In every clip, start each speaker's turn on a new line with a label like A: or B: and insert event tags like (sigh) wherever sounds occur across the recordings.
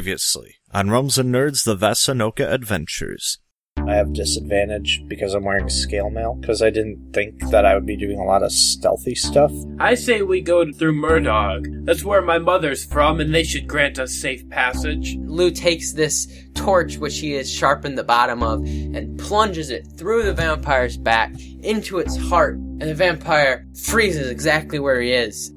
A: Previously on Rums and Nerds: The Vasanoka Adventures.
B: I have disadvantage because I'm wearing scale mail because I didn't think that I would be doing a lot of stealthy stuff.
C: I say we go through Murdog. That's where my mother's from, and they should grant us safe passage.
D: Lou takes this torch, which he has sharpened the bottom of, and plunges it through the vampire's back into its heart, and the vampire freezes exactly where he is.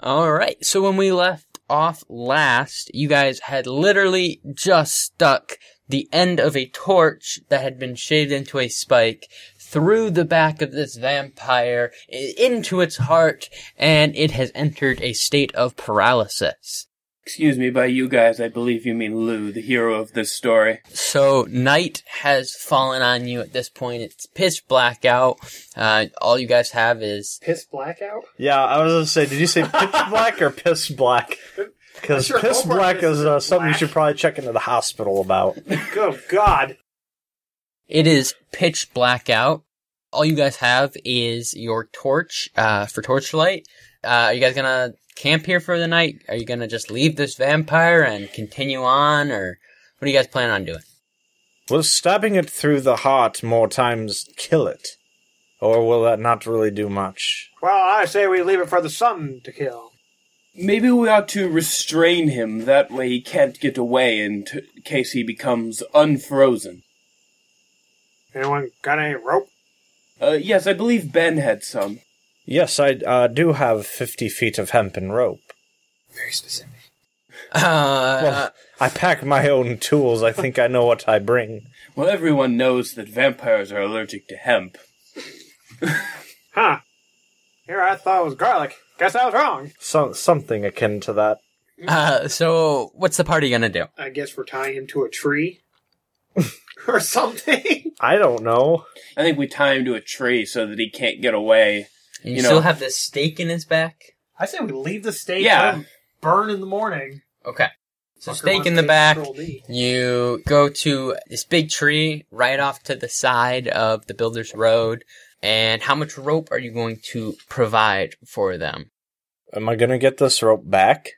D: All right, so when we left off last, you guys had literally just stuck the end of a torch that had been shaved into a spike through the back of this vampire i- into its heart, and it has entered a state of paralysis.
C: Excuse me, by you guys, I believe you mean Lou, the hero of this story.
D: So night has fallen on you at this point. It's pitch black out. Uh, all you guys have is
E: piss blackout?
B: Yeah, I was gonna say, did you say (laughs) pitch black or piss black? Because
E: I sure
B: piss
E: hope our
B: black
E: piss
B: is uh, something
E: black.
B: you should probably check into the hospital about.
E: Good God.
D: it is pitch black out. All you guys have is your torch uh, for torchlight. Uh, are you guys gonna camp here for the night? Are you gonna just leave this vampire and continue on, or what are you guys planning on doing?
B: Will stabbing it through the heart more times kill it, or will that not really do much?
E: Well, I say we leave it for the sun to kill.
C: Maybe we ought to restrain him, that way he can't get away in t- case he becomes unfrozen.
E: Anyone got any rope?
C: Uh, yes, I believe Ben had some.
B: Yes, I uh, do have fifty feet of hemp and rope.
E: Very specific.
D: Uh,
B: Well, I pack my own tools. I think I know what I bring.
C: Well, everyone knows that vampires are allergic to hemp.
E: Huh. Here I thought it was garlic. Guess I was wrong.
B: So- something akin to that.
D: uh, so what's the party gonna do?
E: I guess we're tying him to a tree. (laughs) or something.
B: I don't know.
C: I think we tie him to a tree so that he can't get away.
D: You,
C: You know-
D: still have this stake in his back.
E: I say we leave the stage
C: Yeah.
E: and burn in the morning.
D: Okay. So
E: Fucker
D: stake
E: wants
D: in the
E: to
D: back.
E: control me.
D: You go to this big tree right off to the side of the builder's road. And how much rope are you going to provide for them?
B: Am I gonna get this rope back?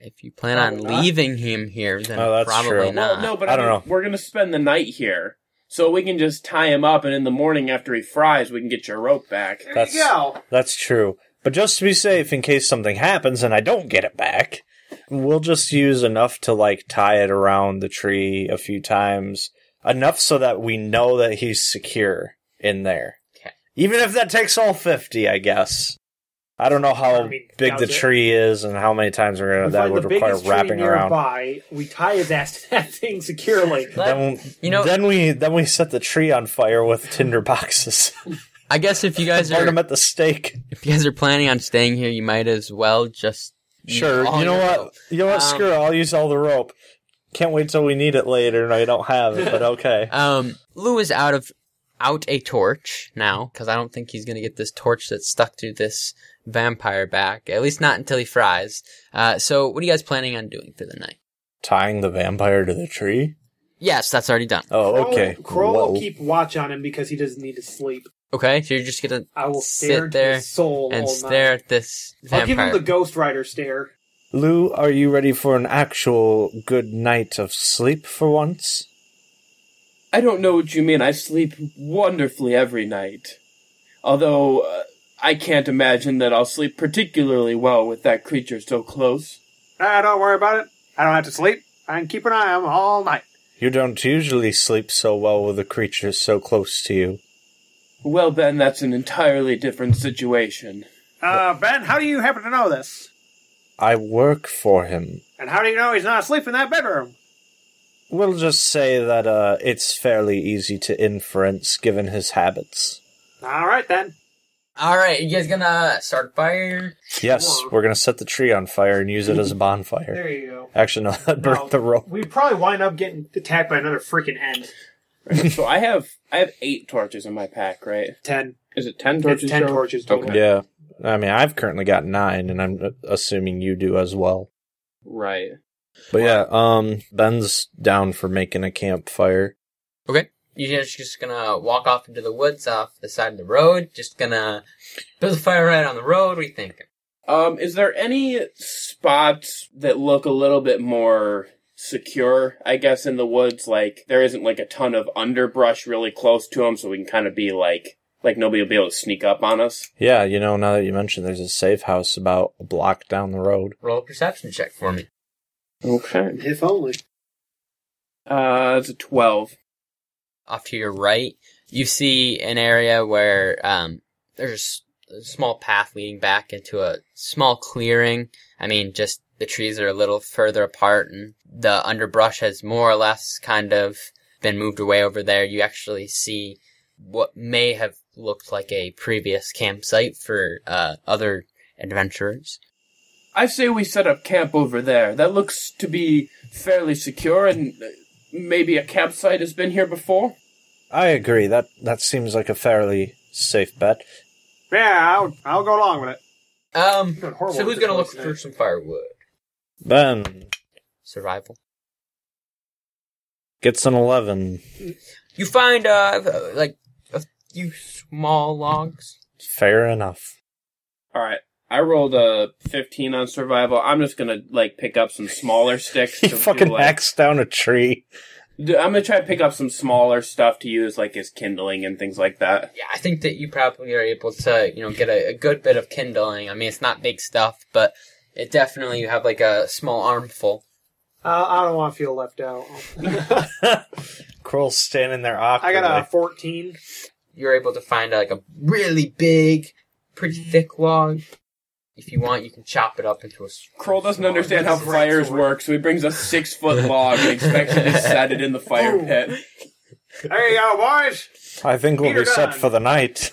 D: If you plan on
E: Probably not.
D: leaving him here, then
B: Oh, that's
D: probably
B: true.
D: not.
C: Well, no, but
B: I don't
C: mean,
B: know.
C: We're gonna spend the night here, so we can just tie him up, and in the morning after he fries, we can get your rope back.
E: There
B: That's-
E: you go.
B: That's true. But just to be safe, in case something happens and I don't get it back, we'll just use enough to like tie it around the tree a few times, enough so that we know that he's secure in there.
D: Okay.
B: Even if that takes all fifty, I guess. I don't know how
E: I mean,
B: big
E: that
B: the
E: was it.
B: tree is and how many times we're gonna.
E: we
B: that
E: find
B: would
E: the
B: require
E: biggest
B: wrapping
E: tree
B: around.
E: nearby. We tie his ass to that (laughs) thing securely.
D: But,
B: then,
D: you know-
B: then we then we set the tree on fire with (laughs) tinder boxes.
D: I guess if you guys
B: Burn
D: are
B: them at the stake.
D: if you guys are planning on staying here, you might as well just use
B: Sure.
D: all
E: Oh,
B: You know
D: your
B: what?
D: rope.
B: You know what?
D: Um,
B: Screw. it, I'll use all the rope. Can't wait till we need it later, and I don't have
E: (laughs)
B: it. But okay.
D: Um, Lou is out of out a torch now because I don't think he's gonna get this torch that's stuck to this vampire back. At least not until he fries. Uh, so what are you guys planning on doing for the night?
B: Tying the vampire to the tree.
D: Yes, that's already done.
B: Oh, okay.
E: Kroll
B: Whoa.
E: will keep watch on him because he doesn't need to sleep.
D: Okay, so you're just gonna
E: I will stare
D: sit
E: into
D: there
E: his soul
D: and
E: all
D: stare
E: night.
D: at this
E: I'll give
D: vampire.
E: him the Ghost Rider stare.
B: Lou, are you ready for an actual good night of sleep for once?
C: I don't know what you mean. I sleep wonderfully every night, although uh, I can't imagine that I'll sleep particularly well with that creature so close.
E: Ah, don't worry about it. I don't have to sleep. I can keep an eye on him all night.
B: You don't usually sleep so well with a creature so close to you.
C: Well, Ben, that's an entirely different situation. (laughs)
E: Uh, Ben, how do you happen to know this?
B: I work for him.
E: And how do you know he's not asleep in that bedroom?
B: We'll just say that uh, it's fairly easy to inference given his habits.
E: All right, then.
D: All right, you guys gonna start fire?
B: Yes,
E: Sure.
B: we're gonna set the tree on fire and use it as a bonfire.
E: There you go.
B: Actually, no, (laughs) that burnt the rope.
E: We'd probably wind up getting attacked by another freaking ant.
C: so I have I have eight torches in my pack, right?
E: Ten.
C: Is it ten
E: It's
C: torches?
E: ten
C: total?
E: torches total.
C: Okay.
B: Yeah. I mean, I've currently got nine, and I'm uh, assuming you do as well.
C: Right.
B: But yeah, um, Ben's down for making a campfire.
D: Okay. You're just, just gonna walk off into the woods off the side of the road. Just gonna build a fire right on the road. What are you thinking?
C: Um, is there any spots that look a little bit more secure? I guess in the woods, like there isn't like a ton of underbrush really close to them, so we can kind of be like like nobody will be able to sneak up on us.
B: Yeah, you know, now that you mentioned, there's a safe house about a block down the road.
D: Roll a perception check for me.
C: Okay.
E: If only.
C: Uh, it's a twelve.
D: Off to your right, you see an area where um, there's a s- a small path leading back into a small clearing. I mean, just the trees are a little further apart, and the underbrush has more or less kind of been moved away over there. You actually see what may have looked like a previous campsite for uh, other adventurers.
C: I say we set up camp over there. That looks to be fairly secure, and uh, maybe a campsite has been here before.
B: I agree. That that seems like a fairly safe bet.
E: Yeah, I'll, I'll go along with it.
D: Um,
E: You're doing horrible
D: so
E: with
D: who's
E: the
D: gonna look
E: choice
D: for
E: today.
D: some firewood?
B: Ben
D: Survival.
B: gets an eleven.
D: You find uh like a few small logs.
B: Fair enough.
C: All right. I rolled a 15 on survival. I'm just gonna like pick up some
B: (laughs)
C: smaller sticks.
B: He
C: to do,
B: fucking
C: like-
B: hacks down a tree.
C: D- I'm gonna try to pick up some smaller stuff to use, like as kindling and things like that.
D: Yeah, I think that you probably are able to you know get a, a good bit of kindling. I mean, it's not big stuff, but it definitely you have like a small armful.
E: Uh, I don't want to feel left out.
B: Kroll's standing there awkwardly.
E: I got a (laughs) 14.
D: You're able to find like a really big, pretty thick log. If you want, you can chop it up into a. s-
C: Kroll doesn't
D: smaller-
C: understand (laughs) how fires work, so he brings a six foot log and expects you to set it in the fire
E: Ooh.
C: pit.
E: There you go, boys.
B: I think we'll be
E: Peter
B: set
E: Dunn.
B: for the
E: (laughs)
B: night.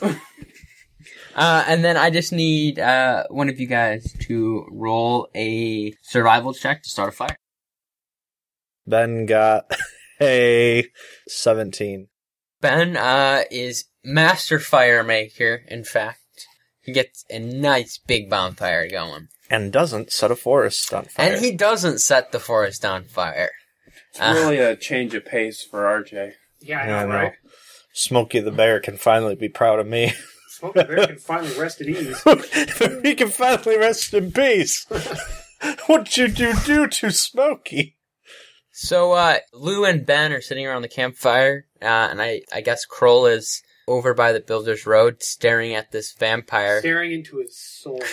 D: Uh, and then I just need uh one of you guys to roll a survival check to start a fire.
B: Ben got (laughs) a seventeen.
D: Ben uh, is master fire maker. In fact, he gets a nice big bonfire going,
B: And doesn't set a forest on fire.
D: and he doesn't set the forest on fire.
C: It's
D: Ah.
C: really a change of pace for RJ.
E: Yeah, I know,
B: Yeah, I know.
E: right?
B: Smokey the Bear can finally be proud of me. (laughs)
E: Smoke the bear can finally rest at ease.
B: he can finally rest in peace. (laughs) What'd you do, do to Smokey?
D: So uh, Lou and Ben are sitting around the campfire, uh, and I I guess Kroll is over by the Builder's Road, staring at this vampire
E: Staring into his soul.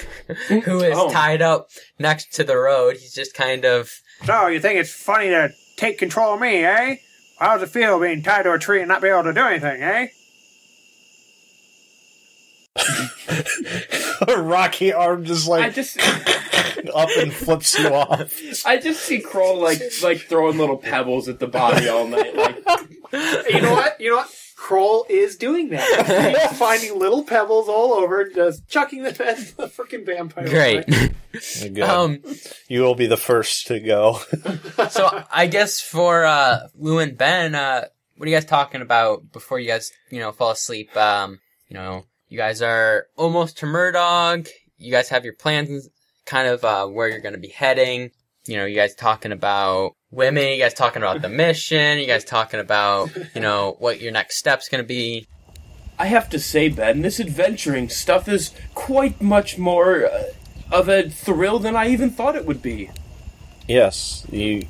D: who is
C: Oh.
D: tied up next to the road. He's just kind of
E: So you think it's funny to take control of me, eh? How's it feel being tied to a tree and not be able to do anything, eh?
B: A rocky arm just
C: I
B: like
C: just
B: up and flips you off.
C: I just see Kroll like like throwing little pebbles at the body all night. Like
E: You know what? You know what? Kroll is doing that. He's finding little pebbles all over, just chucking them at the freaking vampire.
D: great.
B: (laughs) Good.
D: (laughs) um,
B: you will be the first to go.
D: so I guess for uh, Lou and Ben, uh, what are you guys talking about before you guys, you know, fall asleep? Um, you know, you guys are almost to Murdog. You guys have your plans, kind of uh, where you're going to be heading. You know, you guys talking about women. You guys talking about the mission. You guys talking about, you know, what your next step's going to be.
C: I have to say, Ben, this adventuring stuff is quite much more uh, of a thrill than I even thought it would be.
B: yes, you.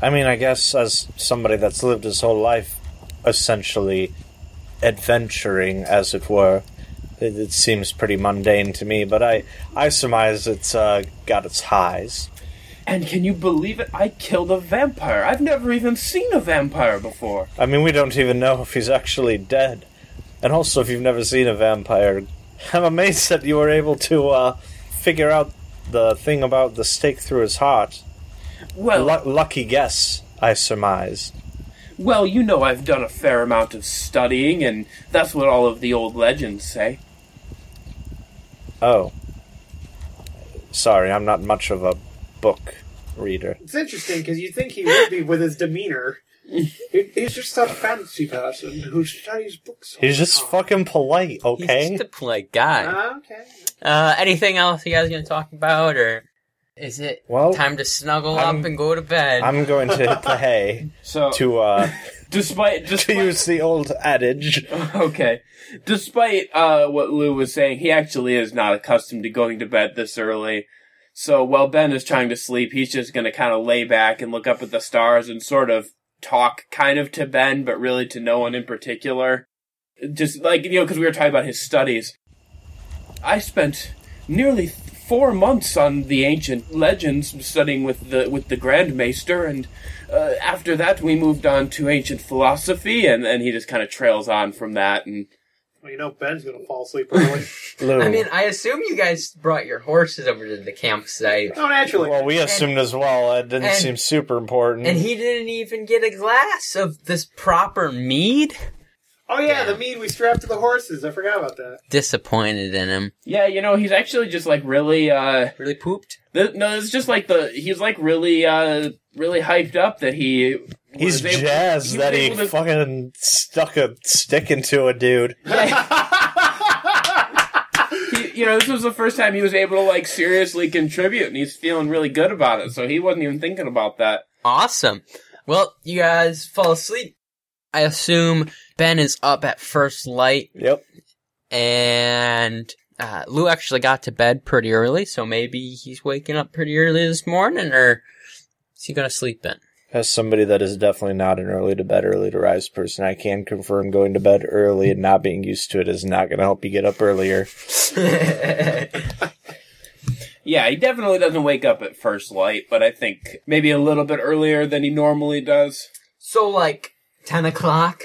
B: I mean, I guess as somebody that's lived his whole life essentially adventuring, as it were, it, it seems pretty mundane to me, but I, I surmise it's uh, got its highs.
C: And can you believe it? I killed a vampire. I've never even seen a vampire before.
B: I mean, we don't even know if he's actually dead. And also, if you've never seen a vampire, (laughs) I'm amazed that you were able to uh, figure out the thing about the stake through his heart.
C: Well,
B: Lu lucky guess, I surmise.
C: well, you know I've done a fair amount of studying, and that's what all of the old legends say.
B: Oh. Sorry, I'm not much of a book reader.
E: It's interesting because you think he would be with his demeanor. He- He's just a fancy person who studies books. all
B: He's
E: the
B: just
E: time.
B: fucking polite,
D: He's
B: okay?
D: just a polite guy.
E: Ah, okay.
D: Uh, anything else you guys gonna talk about, or is it
B: Well,
D: time to snuggle
B: I'm-
D: up and go to bed?
B: I'm going to hit the hay
C: So,
B: to
D: (laughs)
B: uh (laughs)
C: despite
B: to
C: despite
B: use the old adage.
C: (laughs) okay, despite uh, what Lou was saying, he actually is not accustomed to going to bed this early. So while Ben is trying to sleep, he's just going to kind of lay back and look up at the stars and sort of talk, kind of to Ben, but really to no one in particular. Just like you know, because we were talking about his studies. I spent nearly four months on the ancient legends, studying with the with the Grand Maester, and uh, after that we moved on to ancient philosophy, and then he just kind of trails on from that. And
E: Well, you know Ben's gonna fall asleep early.
B: Lou.
D: I mean, I assume you guys brought your horses over to the campsite,
E: oh, naturally.
B: well, we assumed as well. That didn't
D: and-
B: seem super important.
D: and he didn't even get a glass of this proper mead.
E: oh yeah, the mead we strapped to the horses. I forgot about that.
D: Disappointed in him.
C: yeah, you know, he's actually just like really. Uh,
D: Really pooped.
C: th- no, it's just like the he's like really, uh, really hyped up that he.
B: He's
C: was able-
B: jazzed
C: was
B: that he
C: able to-
B: fucking stuck a stick into a dude.
C: he- you know, this was the first time he was able to like seriously contribute, and he's feeling really good about it. So he wasn't even thinking about that.
D: Awesome. Well, you guys fall asleep. I assume Ben is up at first light,
B: Yep.
D: and uh, Lou actually got to bed pretty early, so maybe he's waking up pretty early this morning, or is he gonna sleep (laughs) in?
B: As somebody that is definitely not an early to bed, early to rise person, I can confirm going to bed early and not being used to it is not going to help you get up earlier.
C: Yeah, he definitely doesn't wake up at first light, but I think maybe a little bit earlier than he normally does.
D: so, like ten (laughs) o'clock.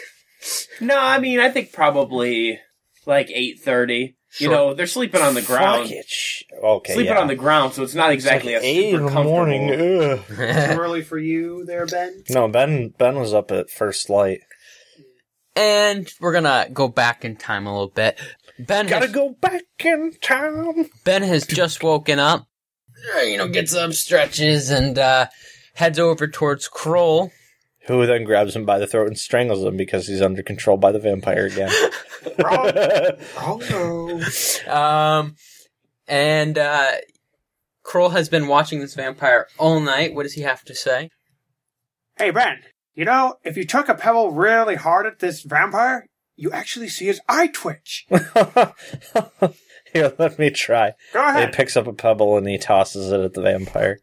C: No, I mean I think probably like eight thirty.
D: Sure.
C: You know, they're sleeping on the ground,
B: Fuck it. sh- Okay.
C: sleeping
B: yeah.
C: on the ground, so it's not
B: It's like
C: exactly a
B: eight
C: super
B: in the
C: comfortable-
B: morning. Ugh.
E: Too early for you there, Ben.
B: No, Ben. Ben was up at first light.
D: and we're gonna go back in time a little bit. Ben
B: Gotta
D: has,
B: go back in time.
D: Ben has just woken up. Uh, You know, gets up, stretches, and uh, heads over towards Kroll.
B: Who then grabs him by the throat and strangles him because he's under control by the vampire again. (laughs)
E: Oh no.
D: Um, and uh, Kroll has been watching this vampire all night. What does he have to say?
E: Hey, Ben, you know, if you took a pebble really hard at this vampire, you actually see his eye twitch.
B: Here, let me try.
E: Go
B: He
E: ahead.
B: picks up a pebble and he tosses it at the vampire.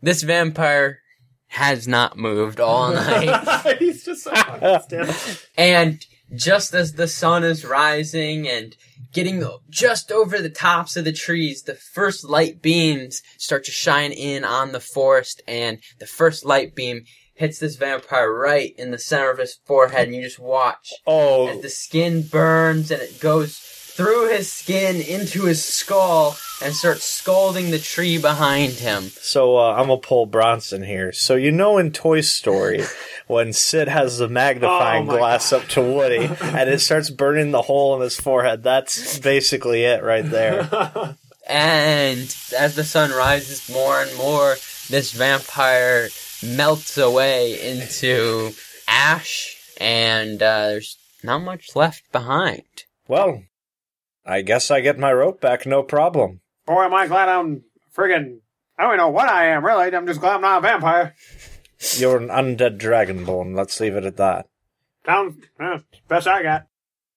D: This vampire has not
B: (laughs)
D: moved all night.
E: (laughs) He's
D: (laughs)
E: just so fucking stiff.
D: And just as the sun is rising and getting just over the tops of the trees, the first light beams start to shine in on the forest, and the first light beam hits this vampire right in the center of his forehead, and you just watch as
B: Oh,
D: the skin burns and it goes through his skin into his skull and starts scalding the tree behind him.
B: so uh, I'm a Paul Bronson here. So you know in Toy Story when Sid has the magnifying
E: Oh my
B: glass up to Woody and it starts burning the hole in his forehead. That's basically it right there.
D: And as the sun rises more and more, this vampire melts away into ash, and uh, there's not much left behind.
B: Well, I guess I get my rope back, no problem.
E: Boy, am I glad I'm friggin'. I don't even know what I am, really. I'm just glad I'm not a vampire.
B: You're an undead dragonborn. Let's leave it at that.
E: Down, uh, best I got.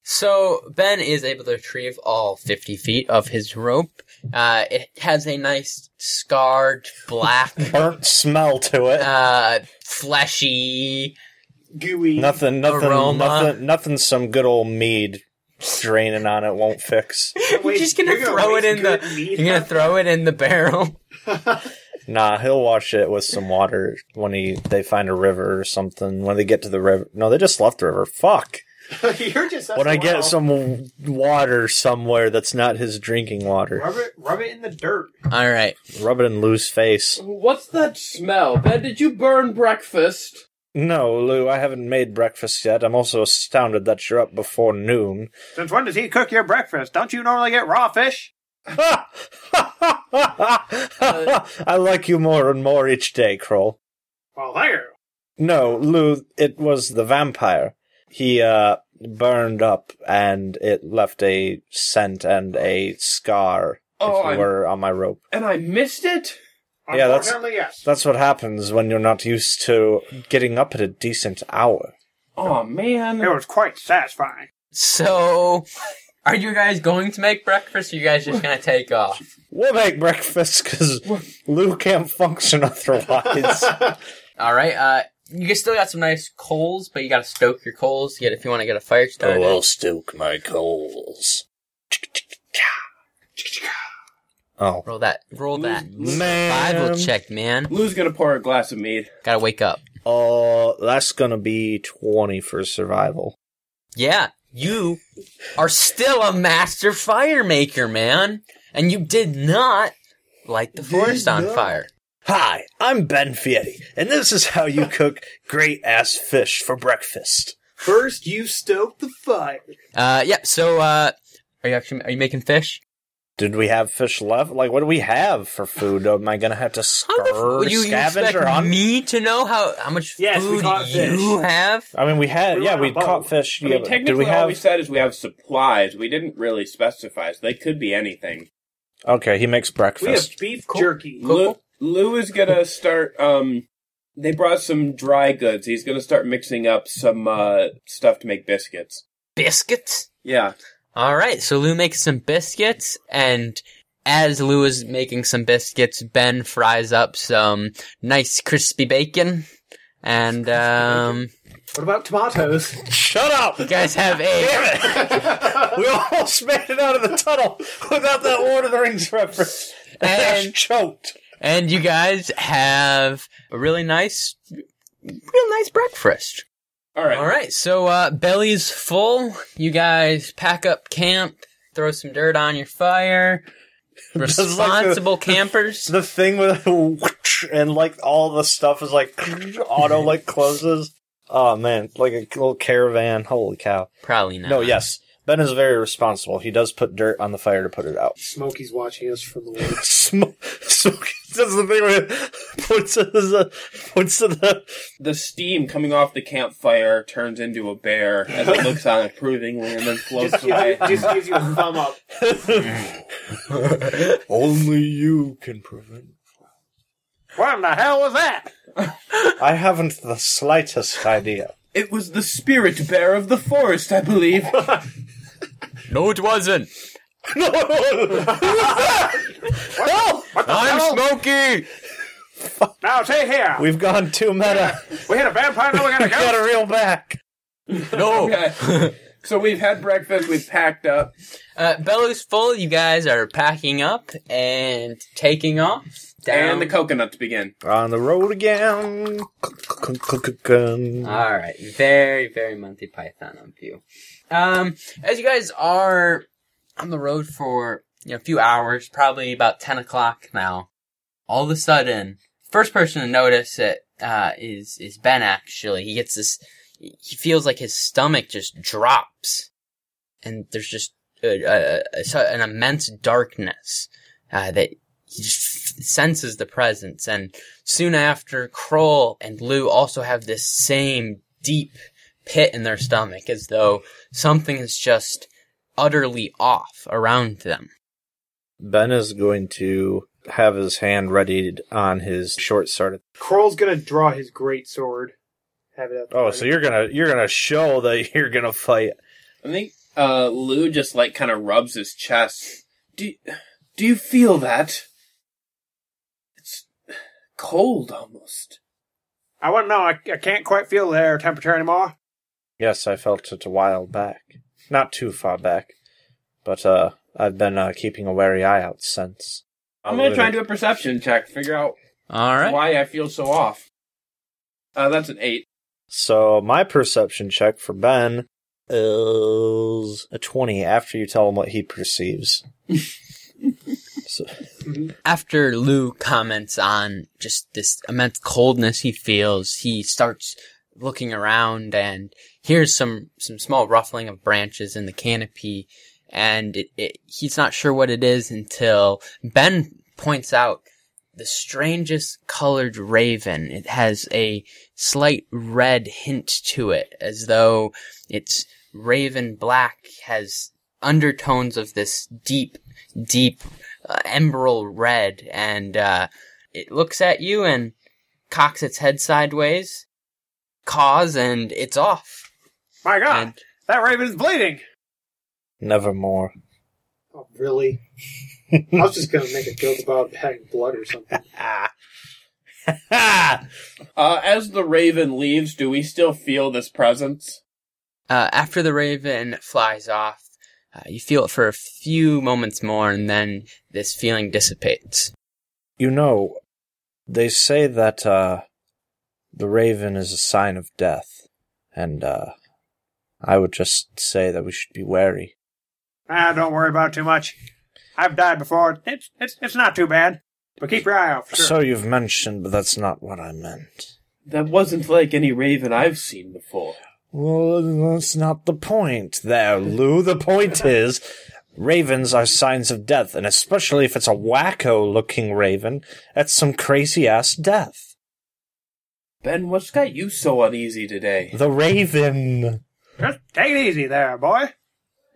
D: So Ben is able to retrieve all 50 feet of his rope. Uh, it has a nice scarred
E: (laughs)
D: black,
B: Burnt smell to it.
D: uh, fleshy.
E: Gooey.
B: Nothing, nothing,
D: Aroma.
B: nothing, nothing. Some good old mead draining on it won't fix.
D: You're just gonna
E: You're gonna
D: throw it
E: waste
D: in the.
E: good meat.
D: You're gonna throw it in the barrel. (laughs)
B: Nah, he'll wash it with some water when he they find a river or something. When they get to the river, no, they just left the river. Fuck.
E: (laughs) You're just.
B: when I
E: wow.
B: get some w- water somewhere that's not his drinking water,
E: Rub it, rub it in the dirt.
D: All right.
B: rub it in Lou's face.
C: What's that smell, Ben? Did you burn breakfast?
B: No, Lou, I haven't made breakfast yet. I'm also astounded that you're up before noon. (laughs)
E: Since when does he cook your breakfast? Don't you normally get raw fish?
B: I like you more and more each day, Kroll.
E: Well, there.
B: No, Lou, it was the vampire. He uh, burned up and it left a scent and a scar,
C: Oh,
B: if you
C: I'm-
B: were, on my rope.
C: And I missed it?
B: Yeah, that's-
E: Unfortunately, yes.
B: That's what happens when you're not used to getting up at a decent hour.
C: Oh, man.
E: It was quite satisfying.
D: So, are you guys going to make breakfast or you guys just gonna take off?
B: We'll make breakfast because Lou can't function
C: (laughs)
B: otherwise.
D: Alright, uh, you still got some nice coals, but you gotta stoke your coals to get if you wanna get a fire
B: Oh,
D: started.
B: stoke my coals. Oh,
D: Roll that. Roll that.
B: man.
D: Bible check, man.
C: Lou's gonna pour a glass of mead.
D: Gotta wake up.
B: Oh, that's gonna be 20 for survival.
D: Yeah, you are still a master fire maker, man. And you did not light the forest on fire.
B: Hi, I'm Ben Fietti, and this is how you cook great ass fish for breakfast.
E: First, you stoked the fire.
D: Uh, yeah, so, uh, are you actually, are you making fish?
B: Did we have fish left? Like, what do we have for food? Am I gonna have to
D: How the f-
B: scour,
D: you, you
B: scavenge, or
D: expect
B: hunt?
D: me to know how, how much
E: Yes, we
D: food
E: caught
D: you have?
B: I mean, we had,
E: We were
B: yeah,
E: on a
B: we
E: boat.
B: caught fish.
C: I
B: yeah,
C: mean,
B: but
C: technically,
B: did we
C: all we
B: have?
C: said is we have supplies. We didn't really specify, so they could be anything.
B: Okay, he makes
E: We have (laughs)
B: breakfast.
E: beef
D: Cool.
E: jerky.
C: Lou, Lou
B: (laughs)
C: is gonna start. Um, they brought some dry goods. He's gonna start mixing up some uh, stuff to make biscuits.
D: Biscuits?
C: Yeah,
D: All right, so Lou makes some biscuits, and as Lou is making some biscuits, Ben fries up some nice crispy bacon, and um,
E: What about tomatoes?
B: Shut up!
D: you guys have
E: (laughs)
D: a
B: Damn it! (laughs) we almost made it out of the tunnel without that Lord of the Rings reference. Ash
D: and
B: choked.
D: and you guys have a really nice, real nice breakfast.
C: All right.
D: All right, so uh, belly's full. You guys pack up camp, throw some dirt on your fire.
B: like the-
D: Responsible campers.
B: The thing with (laughs) and like all the stuff is like auto like closes. Oh man, like a little caravan. Holy cow!
D: Probably not.
B: No, yes, Ben is very responsible. He does put dirt on the fire to put it out. (laughs)
E: Smokey's watching us from the (laughs) woods.
B: Smoke. smoke that's the thing where (laughs) it points to the points to the
C: The steam coming off the campfire turns into a bear as it looks on approvingly and then floats
E: Just gives, you,
C: away.
E: just gives you a thumb up.
B: (laughs) Only you can prevent.
E: What in the hell was that?
B: I haven't the slightest idea. (laughs)
C: It was the spirit bear of the forest, I believe.
D: no, it wasn't.
B: No! (laughs) No!
D: I'm Smokey.
E: Now, stay here. We,
B: We've gone too meta.
E: had a vampire, now
B: (laughs)
E: we got a
B: We got
E: ghost.
B: a real back.
D: No. (laughs)
C: Okay. so we've had breakfast, we've packed up.
D: Uh, bellows full. You guys are packing up and taking off.
C: And the coconuts begin.
B: On the road again.
D: All right, very very Monty Python of you. Um, as you guys are on the road for you know, a few hours, probably about ten o'clock now. All of a sudden, first person to notice it uh, is is Ben. Actually, he gets this. He feels like his stomach just drops, and there's just a, a, a, so- an immense darkness uh, that he just senses the presence and Soon after, Kroll and Lou also have this same deep pit in their stomach, as though something is just utterly off around them.
B: Ben is going to have his hand ready on his short sword.
E: Kroll's gonna draw his great sword. Have it up.
B: Oh, so you're gonna you're gonna show that you're gonna fight.
C: I think uh, Lou just like kind of rubs his chest. Do do you feel that? It's cold almost.
E: I want to know. I, I can't quite feel the air temperature anymore.
B: Yes, I felt it a while back, not too far back, but uh, I've been uh, keeping a wary eye out since.
C: I'm gonna try and do a perception check, figure out
D: All right.
C: why I feel so off. Uh, that's an eight.
B: So my perception check for Ben is a twenty. After you tell him what he perceives. so,
D: After Lou comments on just this immense coldness he feels, he starts looking around and hears some, some small ruffling of branches in the canopy. And it, it, he's not sure what it is until Ben points out the strangest colored raven. It has a slight red hint to it, as though its raven black has undertones of this deep, deep uh, emerald red, and uh, it looks at you and cocks its head sideways, caws, and it's off.
E: My God,
D: And
E: that raven's bleeding.
B: Nevermore.
E: Oh, really? I was just gonna make a joke about having blood or something.
B: Ah. Ha!
C: Uh, as the raven leaves, do we still feel this presence?
D: Uh, after the raven flies off, uh, you feel it for a few moments more, and then this feeling dissipates.
B: (laughs) you know, they say that uh, the raven is a sign of death, and uh, I would just say that we should be wary.
E: ah, don't worry about it too much. I've died before. It's it's it's not too bad. But keep your eye out for sure.
B: So you've mentioned, but that's not what I meant.
C: That wasn't like any raven I've seen before.
B: Well, that's not the point there, Lou. The point is, ravens are signs of death, and especially if it's a wacko looking raven, that's some crazy ass death.
C: Ben, what's got you so uneasy today?
B: The raven.
E: Just take it easy there, boy.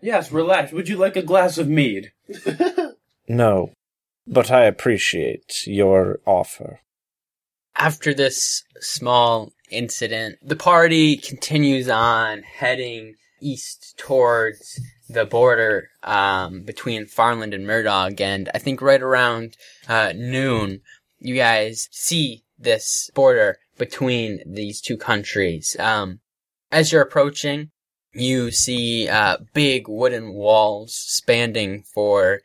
C: Yes, relax. Would you like a glass of mead?
B: No, but I appreciate your offer.
D: After this small incident, the party continues on, heading east towards the border um, between Farland and Murdoch, and I think right around uh, noon, you guys see this border between these two countries. Um, as you're approaching, you see uh, big wooden walls spanning for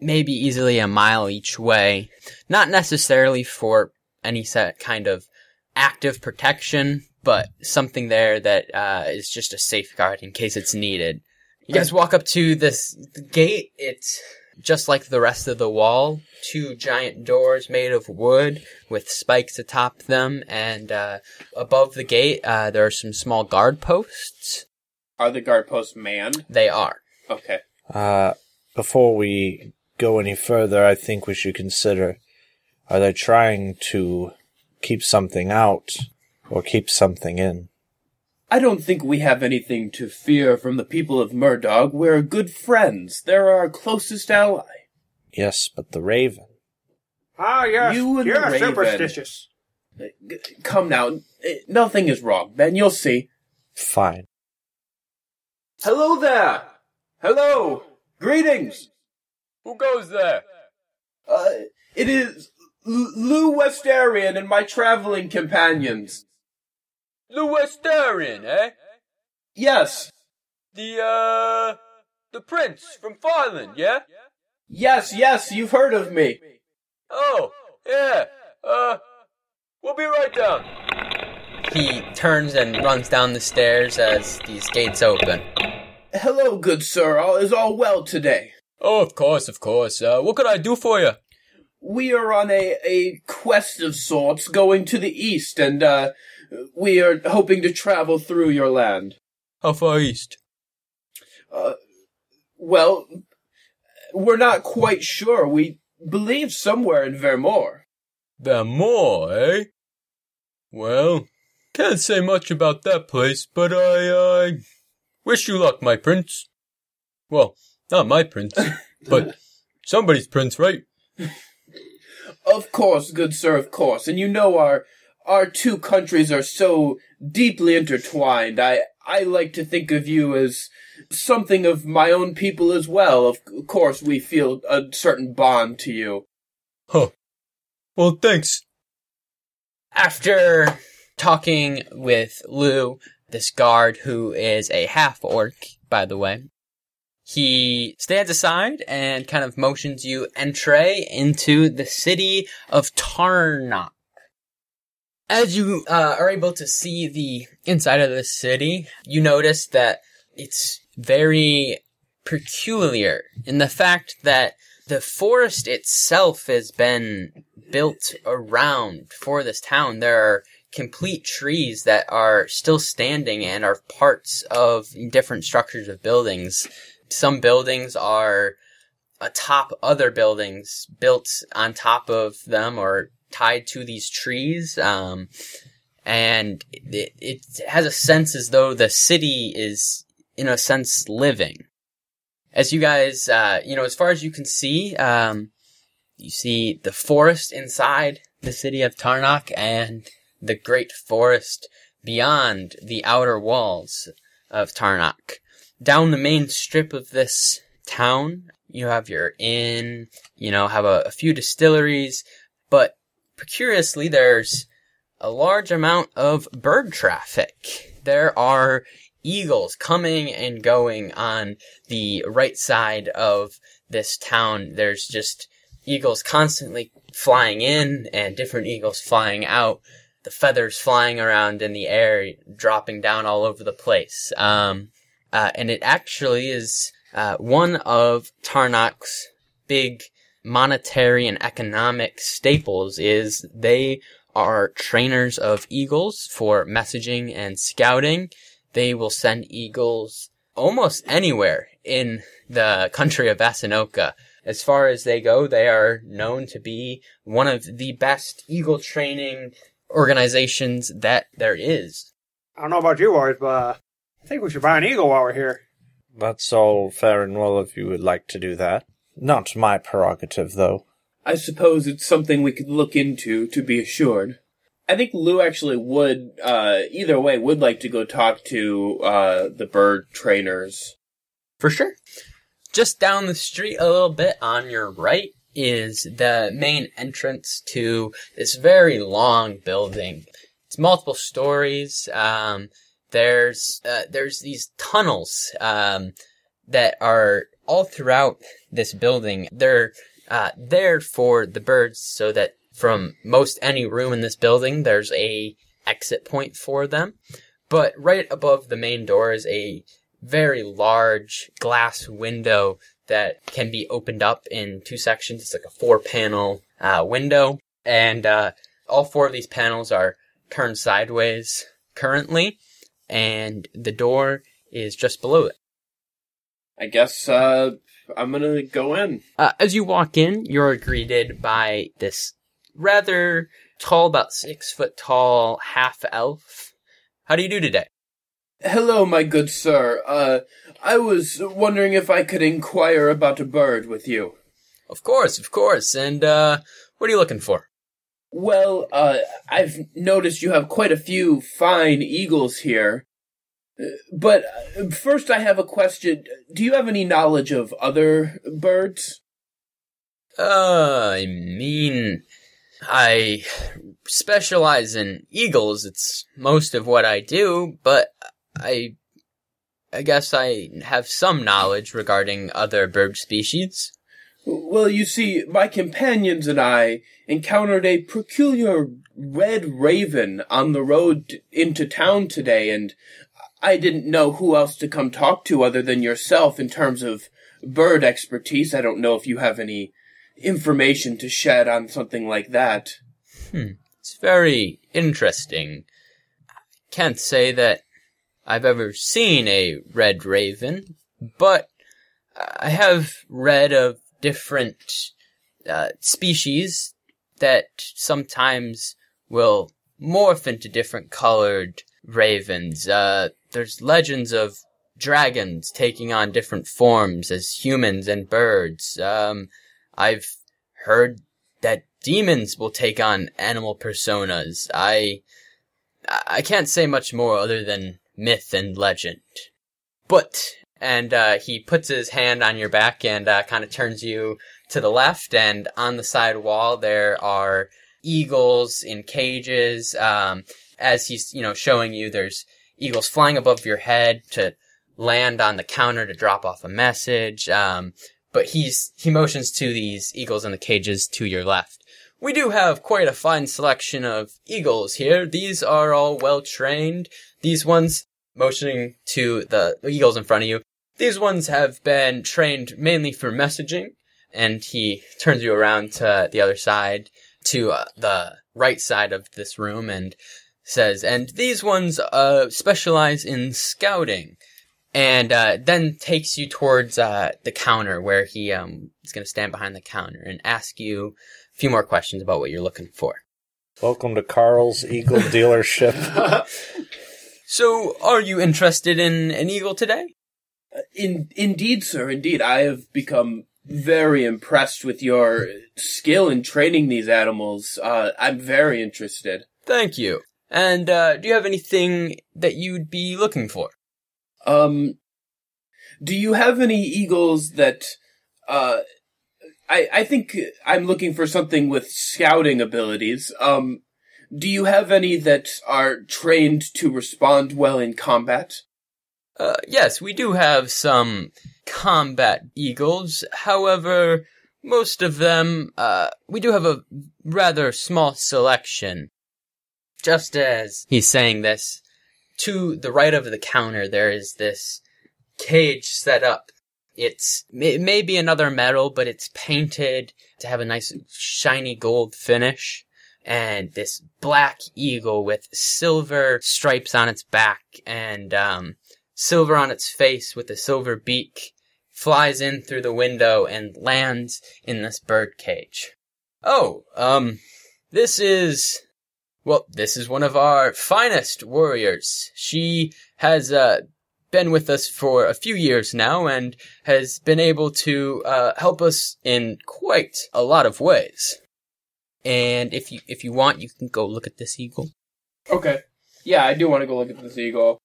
D: maybe easily a mile each way. Not necessarily for any set kind of active protection, but something there that uh, is just a safeguard in case it's needed. You guys walk up to this gate. It's just like the rest of the wall. Two giant doors made of wood with spikes atop them, and uh, above the gate uh, there are some small guard posts.
C: Are the guard posts manned?
D: They are.
C: Okay.
B: Uh, before we go any further, I think we should consider are they trying to keep something out or keep something in?
C: I don't think we have anything to fear from the people of Murdog. We're good friends. They're our closest ally.
B: Yes, but the raven.
E: Oh, you're
C: You and the
E: you're
C: raven.
E: superstitious.
C: G- Come now. Eh, Nothing is wrong, Ben. You'll see.
B: Fine.
F: Hello there! Hello!
C: Greetings.
F: Who goes there?
C: Uh, it is L- Lou Westarian and my traveling companions.
F: The Westarian, eh?
C: Yes.
F: The, uh, the prince from Farland, yeah?
C: Yes, yes, you've heard of me.
F: Oh, yeah, uh, we'll be right down.
D: He turns and runs down the stairs as these gates open.
C: Hello, good sir. All is all well today.
F: Oh, of course, of course. Uh, what could I do for you?
C: We are on a, a quest of sorts going to the east, and uh, we are hoping to travel through your land.
F: How far east?
C: Well, we're not quite sure. We believe somewhere in Vermore.
F: There more, eh? Well, can't say much about that place, but I, uh, wish you luck, my prince. Well, not
D: (laughs)
F: my prince, but somebody's prince, right?
C: Of course, good sir, of course. And you know our our two countries are so deeply intertwined. I I like to think of you as something of my own people as well. Of course, we feel a certain bond to you.
F: Huh. Well, thanks.
D: After talking with Lou, this guard who is a half orc, by the way, he stands aside and kind of motions you entree into the city of Tarnok. As you uh, are able to see the inside of the city, you notice that it's very peculiar in the fact that the forest itself has been built around for this town. There are complete trees that are still standing and are parts of different structures of buildings. Some buildings are atop other buildings built on top of them or tied to these trees. Um, and it, it has a sense as though the city is, in a sense, living. As you guys, uh, you know, as far as you can see, um, you see the forest inside the city of Tarnak and the great forest beyond the outer walls of Tarnak. Down the main strip of this town, you have your inn, you know, have a, a few distilleries, but curiously, there's a large amount of bird traffic. There are eagles coming and going on the right side of this town. There's just eagles constantly flying in and different eagles flying out, the feathers flying around in the air, dropping down all over the place. Um, uh, and it actually is uh, one of Tarnak's big monetary and economic staples is they are trainers of eagles for messaging and scouting. They will send eagles almost anywhere in the country of Asinoka as far as they go, they are known to be one of the best eagle training organizations that there is.
E: I don't know about you, Art, but I think we should buy an eagle while we're here.
B: That's all fair and well if you would like to do that. Not my prerogative, though.
C: I suppose it's something we could look into to be assured. I think Lou actually would, uh, either way, would like to go talk to uh, the bird trainers.
D: For sure. Just down the street a little bit on your right is the main entrance to this very long building. It's multiple stories. Um, there's uh, there's these tunnels um, that are all throughout this building. They're uh, there for the birds, so that from most any room in this building, there's a exit point for them. But right above the main door is a very large glass window that can be opened up in two sections. It's like a four panel uh, window, and uh, all four of these panels are turned sideways currently, and the door is just below it.
C: I guess uh, I'm gonna go in.
D: Uh, as you walk in, you're greeted by this rather tall, about six foot tall half elf. How do you do today?
C: Hello, my good sir. Uh, I was wondering if I could inquire about a bird with you.
D: Of course, of course. And uh, what are you looking for?
C: Well, uh, I've noticed you have quite a few fine eagles here. Uh, But uh, first, I have a question. Do you have any knowledge of other birds?
D: Uh, I mean, I specialize in eagles. It's most of what I do, but I, I guess I have some knowledge regarding other bird species.
C: Well, you see, my companions and I encountered a peculiar red raven on the road into town today, and I didn't know who else to come talk to other than yourself in terms of bird expertise. I don't know if you have any information to shed on something like that.
D: It's very interesting. I can't say that I've ever seen a red raven, but I have read of different uh, species that sometimes will morph into different colored ravens. Uh, there's legends of dragons taking on different forms as humans and birds. Um, I've heard that demons will take on animal personas. I I can't say much more other than myth and legend. But and uh, he puts his hand on your back and uh, kind of turns you to the left. And on the side wall there are eagles in cages. Um, as he's you know showing you, there's eagles flying above your head to land on the counter to drop off a message. Um, but he's he motions to these eagles in the cages to your left. We do have quite a fine selection of eagles here. These are all well trained. These ones motioning to the eagles in front of you. These ones have been trained mainly for messaging. And he turns you around to the other side, to uh, the right side of this room, and says, "And these ones uh, specialize in scouting." and uh, then takes you towards uh, the counter where he um, is going to stand behind the counter and ask you a few more questions about what you're looking for.
B: Welcome to Carl's
D: (laughs)
B: Eagle dealership.
D: So, are you interested in an eagle today?
C: In, indeed, sir, indeed. I have become very impressed with your skill in training these animals. Uh, I'm very interested.
D: Thank you. And uh, do you have anything that you'd be looking for?
C: Um, do you have any eagles that, uh, I, I think I'm looking for something with scouting abilities. Um, do you have any that are trained to respond well in combat?
D: Uh, yes, we do have some combat eagles. However, most of them, uh, we do have a rather small selection. Just as he's saying this, to the right of the counter, there is this cage set up. It's, it may be another metal, but it's painted to have a nice shiny gold finish and this black eagle with silver stripes on its back and um, silver on its face with a silver beak flies in through the window and lands in this bird cage. Oh, um, this is, well, this is one of our finest warriors. She has, uh, been with us for a few years now and has been able to, uh, help us in quite a lot of ways. And if you if you want, you can go look at this eagle.
C: Okay. Yeah, I do want to go look at this eagle.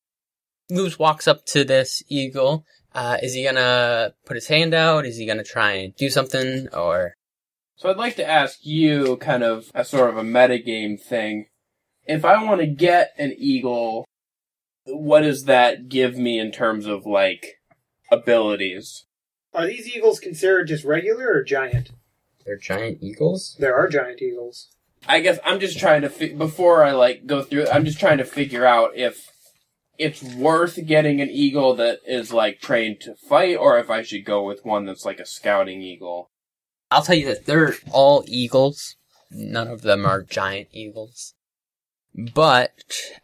D: Moose walks up to this eagle. Uh, is he gonna put his hand out? Is he gonna try and do something? Or
C: So I'd like to ask you kind of a sort of a metagame thing. If I want to get an eagle, what does that give me in terms of like abilities?
E: Are these eagles considered just regular or giant?
D: they're giant eagles.
E: There are giant eagles.
C: I guess I'm just trying to fi- before I like go through it, I'm just trying to figure out if it's worth getting an eagle that is like trained to fight or if I should go with one that's like a scouting eagle.
D: I'll tell you that they're all eagles. None of them are giant eagles. But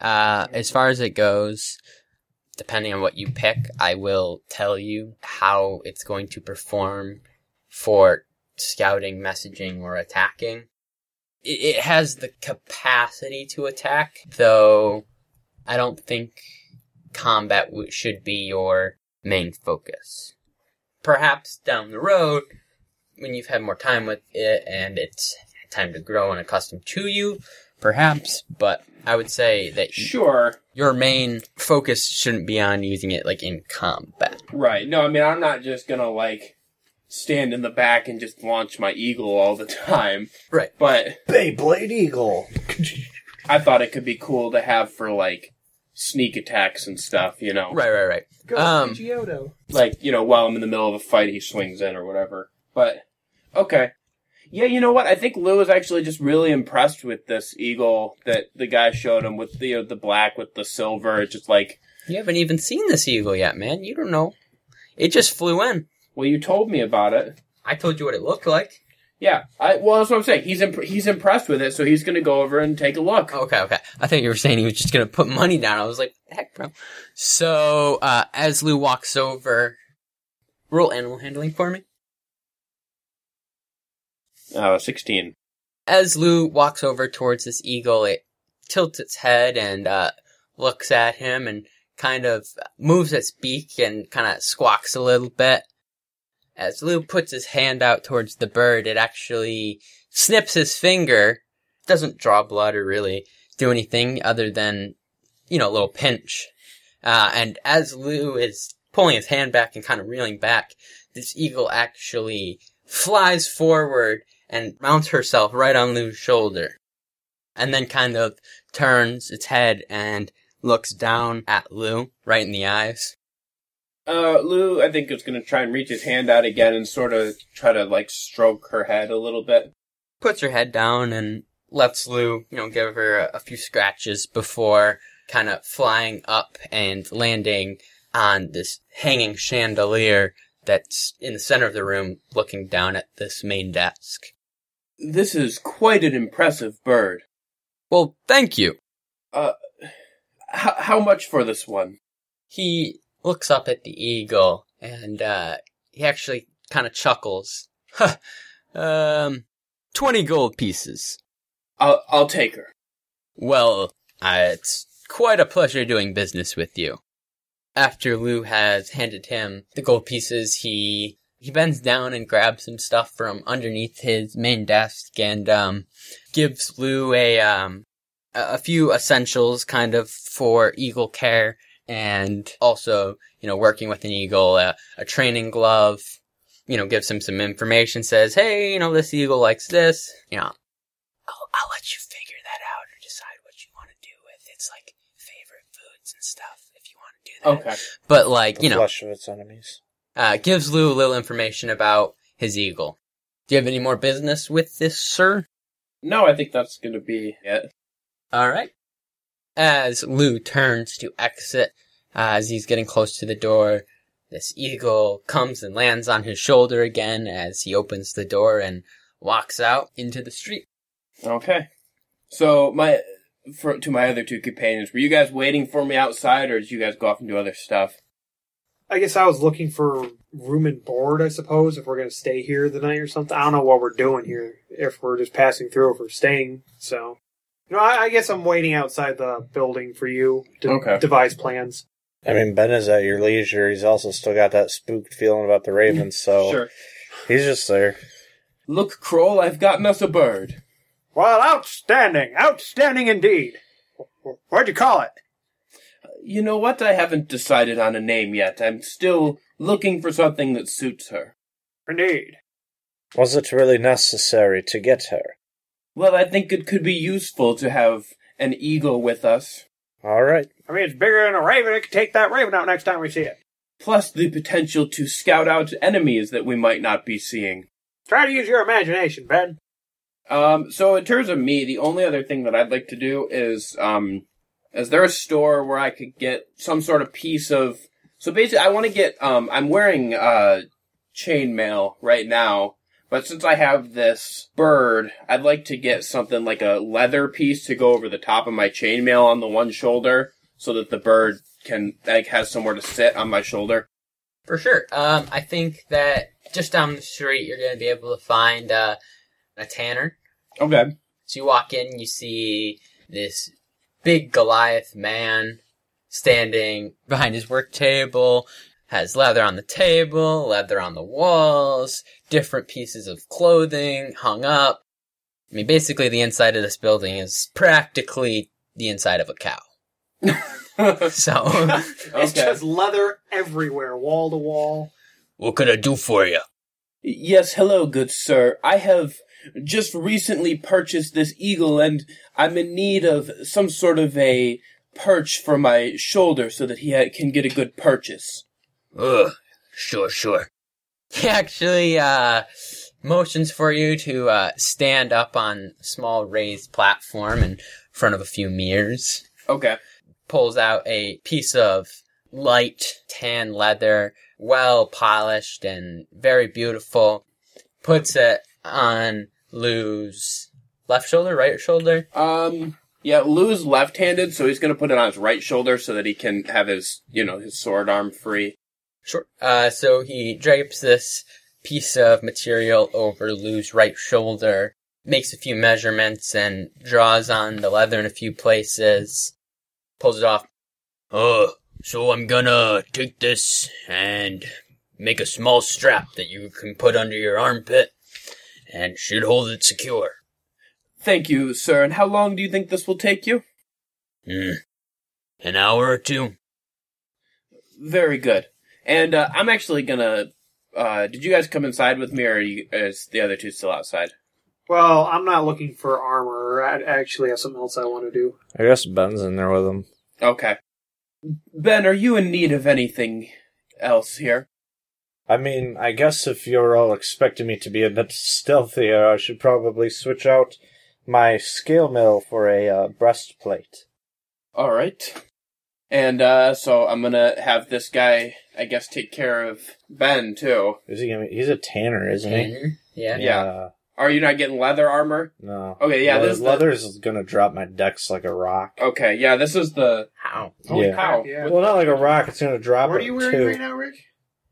D: uh, as far as it goes, depending on what you pick, I will tell you how it's going to perform for scouting, messaging, or attacking. It, it has the capacity to attack, though I don't think combat w- should be your main focus. Perhaps down the road, when you've had more time with it and it's time to grow and accustomed to you, perhaps, but I would say that y-
C: Sure.
D: your main focus shouldn't be on using it like in combat.
C: Right. No, I mean I'm not just going to like stand in the back and just launch my eagle all the (laughs) time.
D: Right.
C: But
B: Beyblade Eagle.
C: I thought it could be cool to have for like sneak attacks and stuff, you know.
D: Right, right, right.
E: Go,
D: Um,
E: Geodo.
C: Like, you know, while I'm in the middle of a fight he swings in or whatever. But okay. Yeah, you know what? I think Lou is actually just really impressed with this eagle that the guy showed him with the you know, the black with the silver. It's just like,
D: You haven't even seen this eagle yet, man. You don't know. It just flew in.
C: well, you told me about it.
D: I told you what it looked like.
C: Yeah, I, well, that's what I'm saying. He's imp- he's impressed with it, so he's going to go over and take a look.
D: Oh, Okay, okay. I thought you were saying he was just gonna put money down. I was like, heck, bro. So, uh, as Lou walks over, roll animal handling for me.
C: Uh, 16.
D: as Lou walks over towards this eagle, it tilts its head and uh, looks at him and kind of moves its beak and kind of squawks a little bit. As Lou puts his hand out towards the bird, it actually snips his finger. Doesn't draw blood or really do anything other than, you know, a little pinch. Uh, and as Lou is pulling his hand back and kind of reeling back, this eagle actually flies forward and mounts herself right on Lou's shoulder. And then kind of turns its head and looks down at Lou right in the eyes.
C: Uh, Lou, I think, is going to try and reach his hand out again and sort of try to, like, stroke her head a little bit.
D: Puts her head down and lets Lou, you know, give her a, a few scratches before kind of flying up and landing on this hanging chandelier that's in the center of the room looking down at this main desk.
C: This is quite an impressive bird.
D: Well, thank you.
C: Uh, h- how much for this one?
D: He looks up at the eagle and uh, he actually kind of chuckles. (laughs) Huh, um, 20 gold pieces.
C: I'll I'll take her.
D: Well, uh, it's quite a pleasure doing business with you. After Lou has handed him the gold pieces, he he bends down and grabs some stuff from underneath his main desk and um, gives Lou a um, a a few essentials, kind of for eagle care and also you know working with an eagle, a, a training glove. You know, gives him some information. Says, "Hey, you know this eagle likes this. You know, I'll, I'll let you figure that out or decide what you want to do with it's like favorite foods and stuff if you want to do that.
C: Okay.
D: But like you know,
B: flush of its enemies.
D: uh, gives Lou a little information about his eagle. Do you have any more business with this, sir?
C: No, I think that's gonna be it.
D: All right. As Lou turns to exit, uh, as he's getting close to the door, this eagle comes and lands on his shoulder again as he opens the door and walks out into the street.
C: Okay. So my for, to my other two companions, were you guys waiting for me outside, or did you guys go off and do other stuff?
E: I guess I was looking for room and board, I suppose, if we're going to stay here the night or something. I don't know what we're doing here, if we're just passing through, if we're staying. So, you know, I, I guess I'm waiting outside the building for you to
C: Okay.
E: devise plans.
B: I mean, Ben is at your leisure. He's also still got that spooked feeling about the
D: (laughs)
B: Ravens, so
C: Sure.
B: he's just there.
C: Look, Kroll, I've gotten us a bird.
E: Well, outstanding, outstanding indeed. What'd you call it?
C: You know what? I haven't decided on a name yet. I'm still looking for something that suits her.
E: Indeed.
B: Was it really necessary to get her?
C: Well, I think it could be useful to have an eagle with us.
B: All right.
E: I mean, it's bigger than a raven. It could take that raven out next time we see it.
C: Plus the potential to scout out enemies that we might not be seeing.
E: Try to use your imagination, Ben.
C: Um, so in terms of me, the only other thing that I'd like to do is, um, is there a store where I could get some sort of piece of? So basically, I want to get. Um, I'm wearing uh, chainmail right now, but since I have this bird, I'd like to get something like a leather piece to go over the top of my chainmail on the one shoulder, so that the bird can like has somewhere to sit on my shoulder.
D: For sure. Um, I think that just down the street, you're going to be able to find uh, a tanner.
C: Okay.
D: So you walk in, you see this big Goliath man standing behind his work table, has leather on the table, leather on the walls, different pieces of clothing hung up. I mean, basically, the inside of this building is practically the inside of a cow. so, (laughs)
E: It's
C: Okay.
E: just leather everywhere, wall to wall.
D: what could I do for you?
C: Yes, hello, good sir. I have just recently purchased this eagle and I'm in need of some sort of a perch for my shoulder so that he ha- can get a good purchase.
D: Ugh, sure, sure. He actually uh, motions for you to uh, stand up on a small raised platform in front of a few mirrors.
C: Okay.
D: Pulls out a piece of light tan leather, well polished and very beautiful. Puts it on Lou's left shoulder, right shoulder.
C: Um yeah, Lou's left-handed, so he's going to put it on his right shoulder so that he can have his, you know, his sword arm free.
D: Sure. Uh, so he drapes this piece of material over Lou's right shoulder, makes a few measurements, and draws on the leather in a few places, pulls it off. Uh, so I'm gonna take this and make a small strap that you can put under your armpit and should hold it secure.
C: Thank you, sir. And how long do you think this will take you?
D: Hmm. An hour or two?
C: Very good. And uh, I'm actually going to uh did you guys come inside with me or are you, is the other two still outside?
E: Well, I'm not looking for armor. I actually have something else I want to do.
B: I guess Ben's in there with him.
C: Okay. Ben, are you in need of anything else here?
B: I mean, I guess if you're all expecting me to be a bit stealthier, I should probably switch out my scale mill for a uh, breastplate.
C: All right. And uh, so I'm gonna have this guy, I guess, take care of Ben too.
B: Mhm. Is he gonna, he's a tanner, isn't he?
D: Yeah.
C: Yeah. Are you not getting leather armor?
B: No.
C: Okay, yeah,
B: Le-
C: this is the- Oh,
B: leathers is gonna drop my decks like a rock.
C: Okay, yeah, this is the
E: How?
B: Yeah.
C: How?
E: Yeah.
B: Well, not like a rock. It's gonna drop.
E: what are
B: it
E: you wearing
B: two.
E: right now, Rick?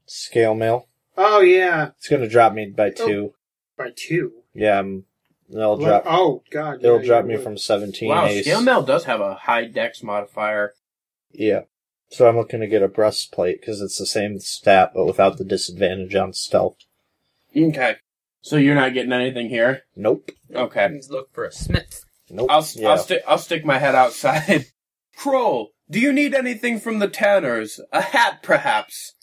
B: Scale mail.
E: Oh yeah,
B: It's gonna drop me by
C: Oh.
B: two.
E: by two.
B: Yeah, I'm, it'll drop.
E: Oh god, yeah,
B: it'll drop
E: you're
B: me
E: right.
B: from seventeen.
C: wow.
B: ace.
C: Scale mail does have a high dex modifier.
B: Yeah. So I'm looking to get a breastplate because it's the same stat but without the disadvantage on stealth.
C: Okay, so you're not getting anything here.
B: Nope.
C: Okay,
D: Let's look for a smith.
B: Nope.
C: I'll
B: yeah.
C: I'll, sti- I'll stick my head outside. (laughs) Kroll, do you need anything from the tanners? A hat, perhaps.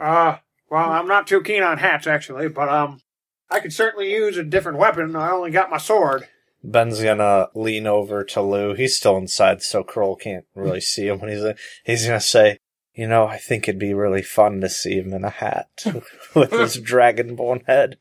E: Uh, well, I'm not too keen on hats actually, but um, I could certainly use a different weapon. I only got my sword.
B: Ben's gonna lean over to Lou. He's still inside, so Kroll can't really see him when he's in. He's gonna say, "You know, I think it'd be really fun to see him in a hat with his dragonborn
E: (laughs)
B: head."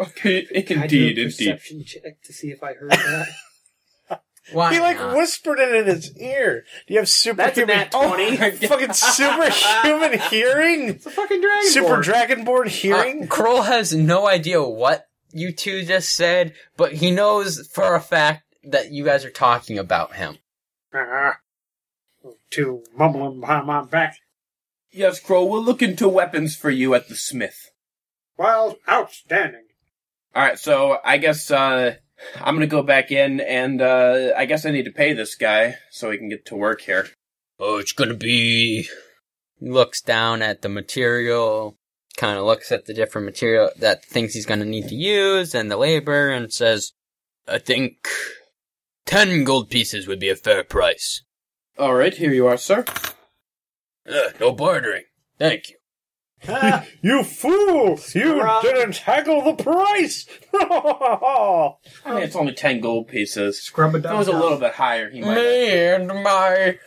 C: Okay,
E: I do
C: indeed,
E: a
C: indeed.
E: perception check to see if I (laughs) heard that.
D: Why?
B: he like
D: not?
B: whispered it in his ear. Do you have
E: That's a
B: superhuman?
E: nat twenty.
B: (laughs) Oh, fucking
E: (laughs)
B: superhuman hearing,
E: it's a fucking dragon.
B: super
E: board.
B: dragonborn
D: Uh,
B: hearing.
D: Kroll has no idea what you two just said, but he knows for a fact that you guys are talking about him.
E: Ah. Two mumbling behind my back.
C: Yes, Kroll, we'll look into weapons for you at the smith.
E: Well,
B: (laughs)
E: outstanding.
C: All right, so I guess uh, I'm gonna go back in, and uh, I guess I need to pay this guy so he can get to work here.
F: Oh, it's gonna be.
D: He looks down at the material, kind of looks at the different material that thinks he's going to need to use and the labor and says, I think 10 gold pieces would be a fair price.
C: All right, here you are, sir.
F: Uh, no bartering. Thank you.
B: You fool! You
E: Scrub.
B: didn't haggle the price!
C: I mean, it's only ten gold pieces.
E: Scrub a
C: If it was a little bit higher, he might. have-
D: and my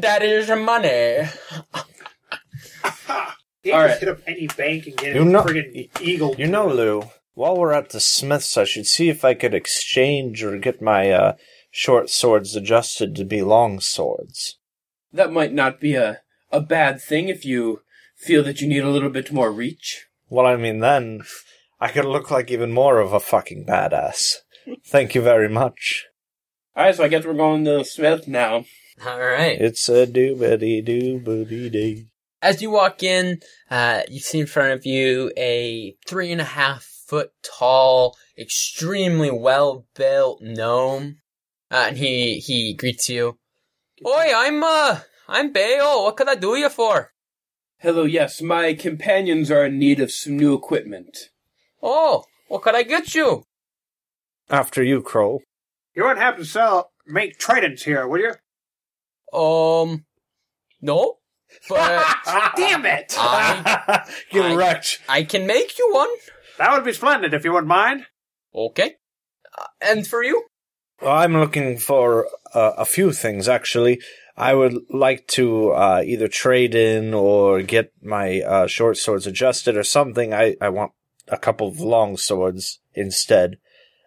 D: daddy's money.
E: You
C: All
E: can
C: right.
E: just hit up any bank and get
B: You
E: a
B: know-
E: friggin' eagle.
B: you know, Lou, while we're at the Smiths, I should see if I could exchange or get my uh, short swords adjusted to be long swords.
C: That might not be a a bad thing if you feel that you need a little bit more reach.
B: Well, I mean, then I could look like even more of a fucking badass. Thank you very much.
C: All right, so I guess we're going to the smith now.
D: All right.
B: It's a doobity doobity dee.
D: As you walk in, uh, you see in front of you a three and a half foot tall, extremely well built gnome, uh, and he he greets you. Oi, I'm uh, I'm Bayo. What can I do you for?
C: Hello, yes, my companions are in need of some new equipment.
D: Oh, what could I get you?
B: After you, Kroll.
E: You wouldn't have to sell, make tridents here, would you?
D: Um, no, (laughs) but
B: Ah,
E: Damn it!
D: I
B: Get
D: I-
B: wrecked.
D: I can make you one.
E: (laughs) That would be splendid if you wouldn't mind.
D: Okay. Uh, and for you?
B: Well, I'm looking for uh, a few things actually. I would like to uh, either trade in or get my uh, short swords adjusted or something. I, I want a couple of long swords instead.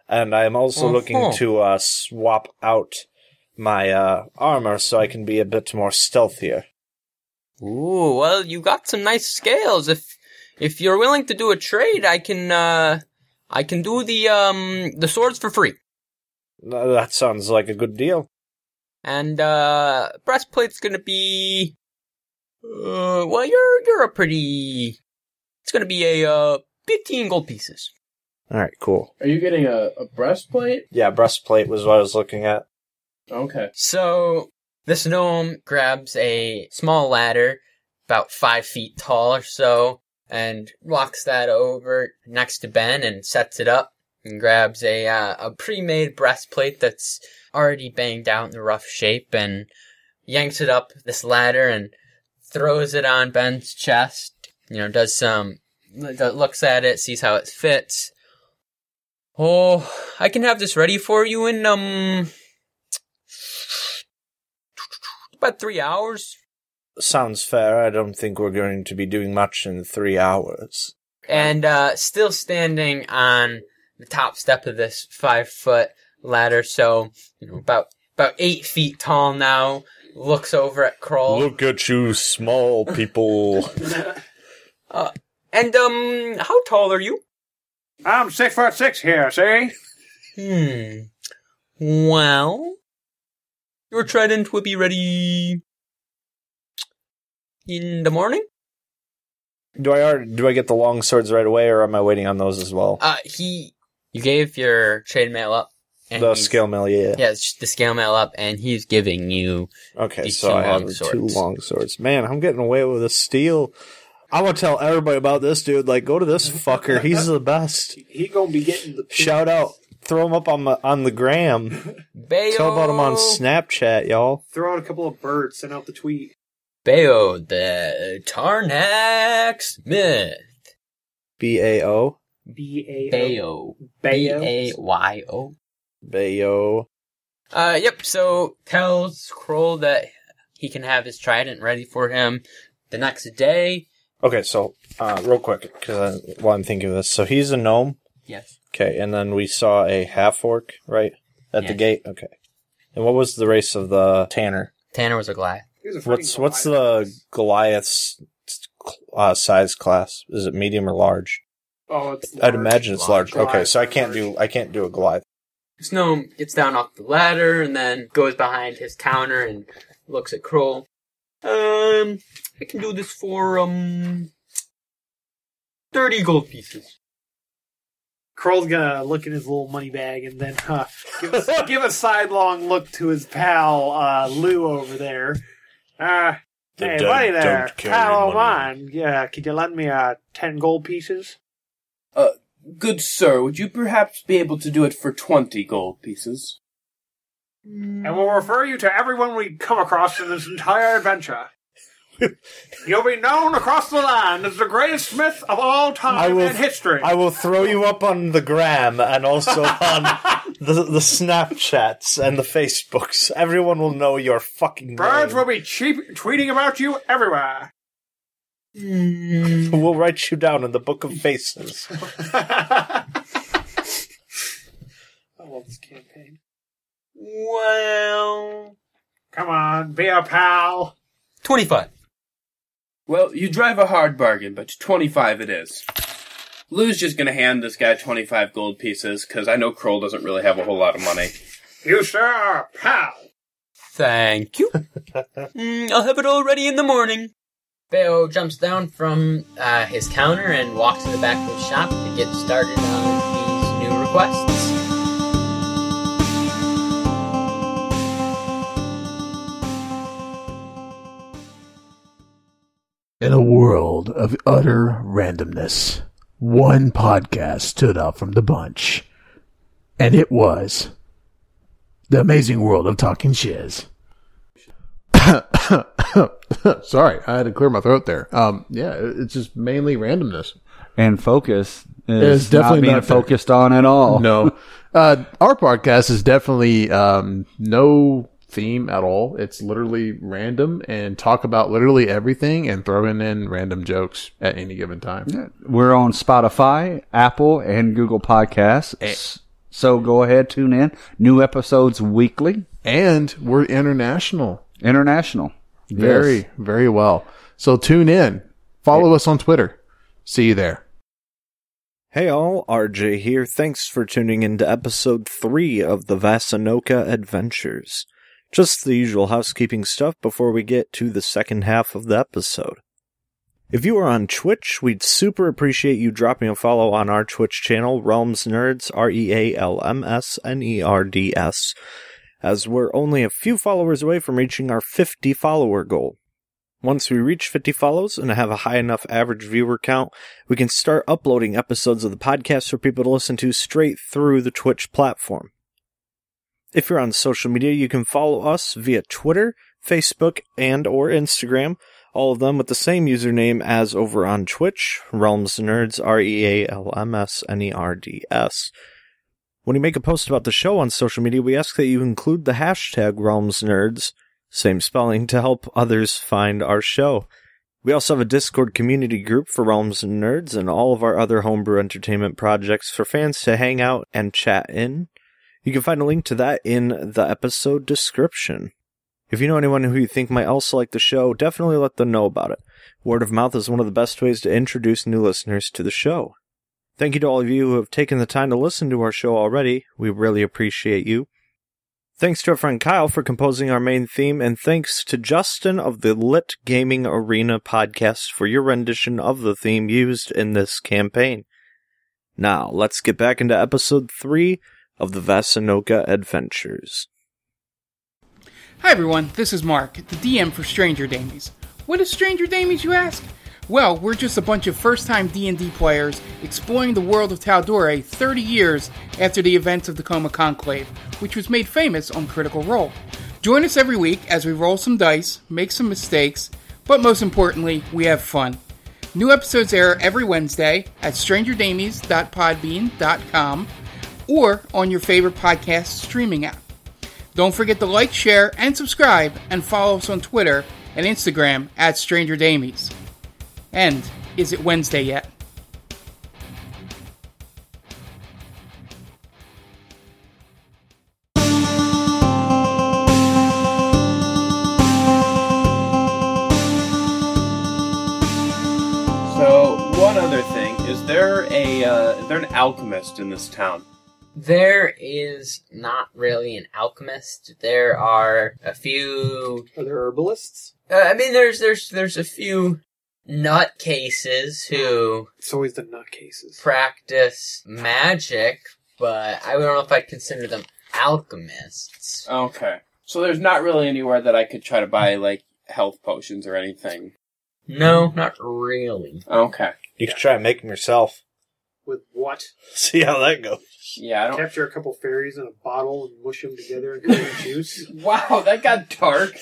B: And I'm also
D: Uh-huh.
B: looking to uh, swap out my uh, armor so I can be a bit more stealthier.
D: Ooh, well, you got some nice scales. If if you're willing to do a trade, I can uh I can do the um the swords for free.
B: Uh, That sounds like a good deal.
D: And uh breastplate's going to be uh well, you're you're a pretty it's going to be a uh 15 gold pieces.
B: All right, cool.
C: Are you getting a, a breastplate?
B: Yeah, breastplate was what I was looking at.
C: Okay.
D: So this gnome grabs a small ladder, about five feet tall or so, and walks that over next to Ben and sets it up. And grabs a uh, a pre-made breastplate that's already banged out in rough shape, and yanks it up this ladder and throws it on Ben's chest. You know, does some looks at it, sees how it fits. Oh, I can have this ready for you in um about three hours.
B: Sounds fair. I don't think we're going to be doing much in three hours.
D: And uh, still standing on the top step of this five foot ladder, so you know about about eight feet tall now. Looks over at Kroll
B: at you, small people.
D: and um, how tall are you?
E: I'm six foot six here, see?
D: Hmm. Well,
F: Your trident will be ready.
D: in the morning?
B: Do I already, do I get the long swords right away, or am I waiting on those as well?
D: Uh, he. You gave your trade mail up. And
B: the
D: he's-
B: scale mill, yeah.
D: Yeah, it's just the scale mail up, and he's giving you.
B: Okay,
D: These
B: so
D: two
B: I have
D: long
B: the two
D: swords.
B: long swords. Man, I'm getting away with a steal. I want to tell everybody about this dude. Like, go to this fucker. He's the best.
E: He gonna be getting the
B: Shout out. Throw him up on the, on the gram.
D: Bayo.
B: Tell about him on Snapchat, y'all.
E: Throw out a couple of birds. Send out the tweet.
D: Bayo, the uh, Tarnak Smith.
B: B A O.
E: B A O.
D: Bayo.
E: Bayo.
D: B-A-Y-O.
B: Bayo.
D: Uh, yep, so tells Kroll that he can have his trident ready for him the next day.
B: Okay, so uh, real quick, because while I'm thinking of this, so he's a gnome.
D: Yes.
B: Okay, and then we saw a half orc, right? At the
D: Yeah.
B: gate. Okay. And what was the race of the tanner?
D: Tanner was a Goliath.
E: Here's a freaking
B: What's what's
E: Goliath.
B: the Goliath's uh, size class? Is it medium or large?
E: Oh, it's
B: I'd imagine it's large. Okay, so I can't do I can't do a Goliath.
D: Snow gets down off the ladder and then goes behind his counter and looks at Kroll. Um, I can do this for, um, 30 gold pieces.
E: Kroll's gonna look in his little money bag and then uh, give, a, give a sidelong look to his pal uh, Lou over there. Uh,
A: The
E: hey,
A: dead
E: buddy there,
A: don't carry
E: pal of
A: money.
E: mine. Yeah, could you lend me uh, ten gold pieces?
C: Uh, Good sir, would you perhaps be able to do it for 20 gold pieces?
E: And we'll refer you to everyone we come across in this entire adventure. You'll be known across the land as the greatest smith of all
B: I
E: time
B: will-
E: in history.
B: I will throw you up on the gram and (laughs) also on the the Snapchats and the Facebooks. Everyone will know your fucking
E: Birds
B: name.
E: will be cheap tweeting about you everywhere.
B: We'll write you down in the book of faces.
E: I love this campaign.
D: Well,
E: Come on, be a pal.
D: 25.
C: Well, you drive a hard bargain, but 25 it is. Lou's just gonna hand this guy 25 gold pieces, cause I know Kroll doesn't really have a whole lot of money.
E: You sir are a pal.
D: Thank you. Mm, I'll have it all ready in the morning. Bayo jumps down from uh, his counter and walks to the back of the shop to get started on these new requests.
G: In a world of utter randomness, one podcast stood out from the bunch. And it was The Amazing World of Talking (coughs) Shiz. Sorry, I had to clear my throat there. Um, yeah, it- it's just mainly randomness.
H: and focus
G: It's
H: is
G: definitely
H: not being
G: not there.
H: focused on at all.
G: No. Uh, our podcast is definitely um, no theme at all. It's literally random and talk about literally everything and throwing in random jokes at any given time.
H: We're on Spotify, Apple, and Google Podcasts. S- So go ahead, tune in. New episodes weekly,
G: And we're international.
H: international.
G: Very,
H: Yes.
G: very well. So tune in. Follow us on Twitter. See you there.
A: Hey all, RJ here. Thanks for tuning in to episode 3 of the Vasanoka Adventures. Just the usual housekeeping stuff before we get to the second half of the episode. If you are on Twitch, we'd super appreciate you dropping a follow on our Twitch channel, Realms Nerds, R E A L M S N E R D S, as we're only a few followers away from reaching our 50 follower goal. Once we reach 50 follows and have a high enough average viewer count, we can start uploading episodes of the podcast for people to listen to straight through the Twitch platform. If you're on social media, you can follow us via Twitter, Facebook, and or Instagram, all of them with the same username as over on Twitch, Realms Nerds, R E A L M S N E R D S. When you make a post about the show on social media, we ask that you include the hashtag Realms Nerds, same spelling, to help others find our show. We also have a Discord community group for Realms and Nerds and all of our other homebrew entertainment projects for fans to hang out and chat in. You can find a link to that in the episode description. If you know anyone who you think might also like the show, definitely let them know about it. Word of mouth is one of the best ways to introduce new listeners to the show. Thank you to all of you who have taken the time to listen to our show already. We really appreciate you. Thanks to our friend Kyle for composing our main theme, and thanks to Justin of the Lit Gaming Arena podcast for your rendition of the theme used in this campaign. Now, let's get back into episode 3 of the Vasanoka Adventures.
I: Hi everyone, this is Mark, the DM for Stranger Damies. What is Stranger Damies, you ask? Well, we're just a bunch of first-time D&D players exploring the world of Taldore 30 years after the events of the Coma Conclave, which was made famous on Critical Role. Join us every week as we roll some dice, make some mistakes, but most importantly, we have fun. New episodes air every Wednesday at strangerdamies.podbean.com or on your favorite podcast streaming app. Don't forget to like, share, and subscribe, and follow us on Twitter and Instagram at Stranger Damies. And is it Wednesday yet?
C: So, one other thing is there a uh, is there an alchemist in this town?
D: There is not really an alchemist. There are a few.
E: Are there herbalists?
D: Uh, I mean, there's there's there's a few nutcases who
E: It's always the nutcases.
D: practice magic, but I don't know if I'd consider them alchemists.
C: Okay, so there's not really anywhere that I could try to buy like health potions or anything.
D: No, not really.
C: Okay,
B: You can try and make them yourself. (laughs)
E: With what?
B: See how that goes.
C: yeah, I don't.
E: Capture a couple fairies in a bottle and mush them together and create (laughs) juice.
C: Wow, that got dark.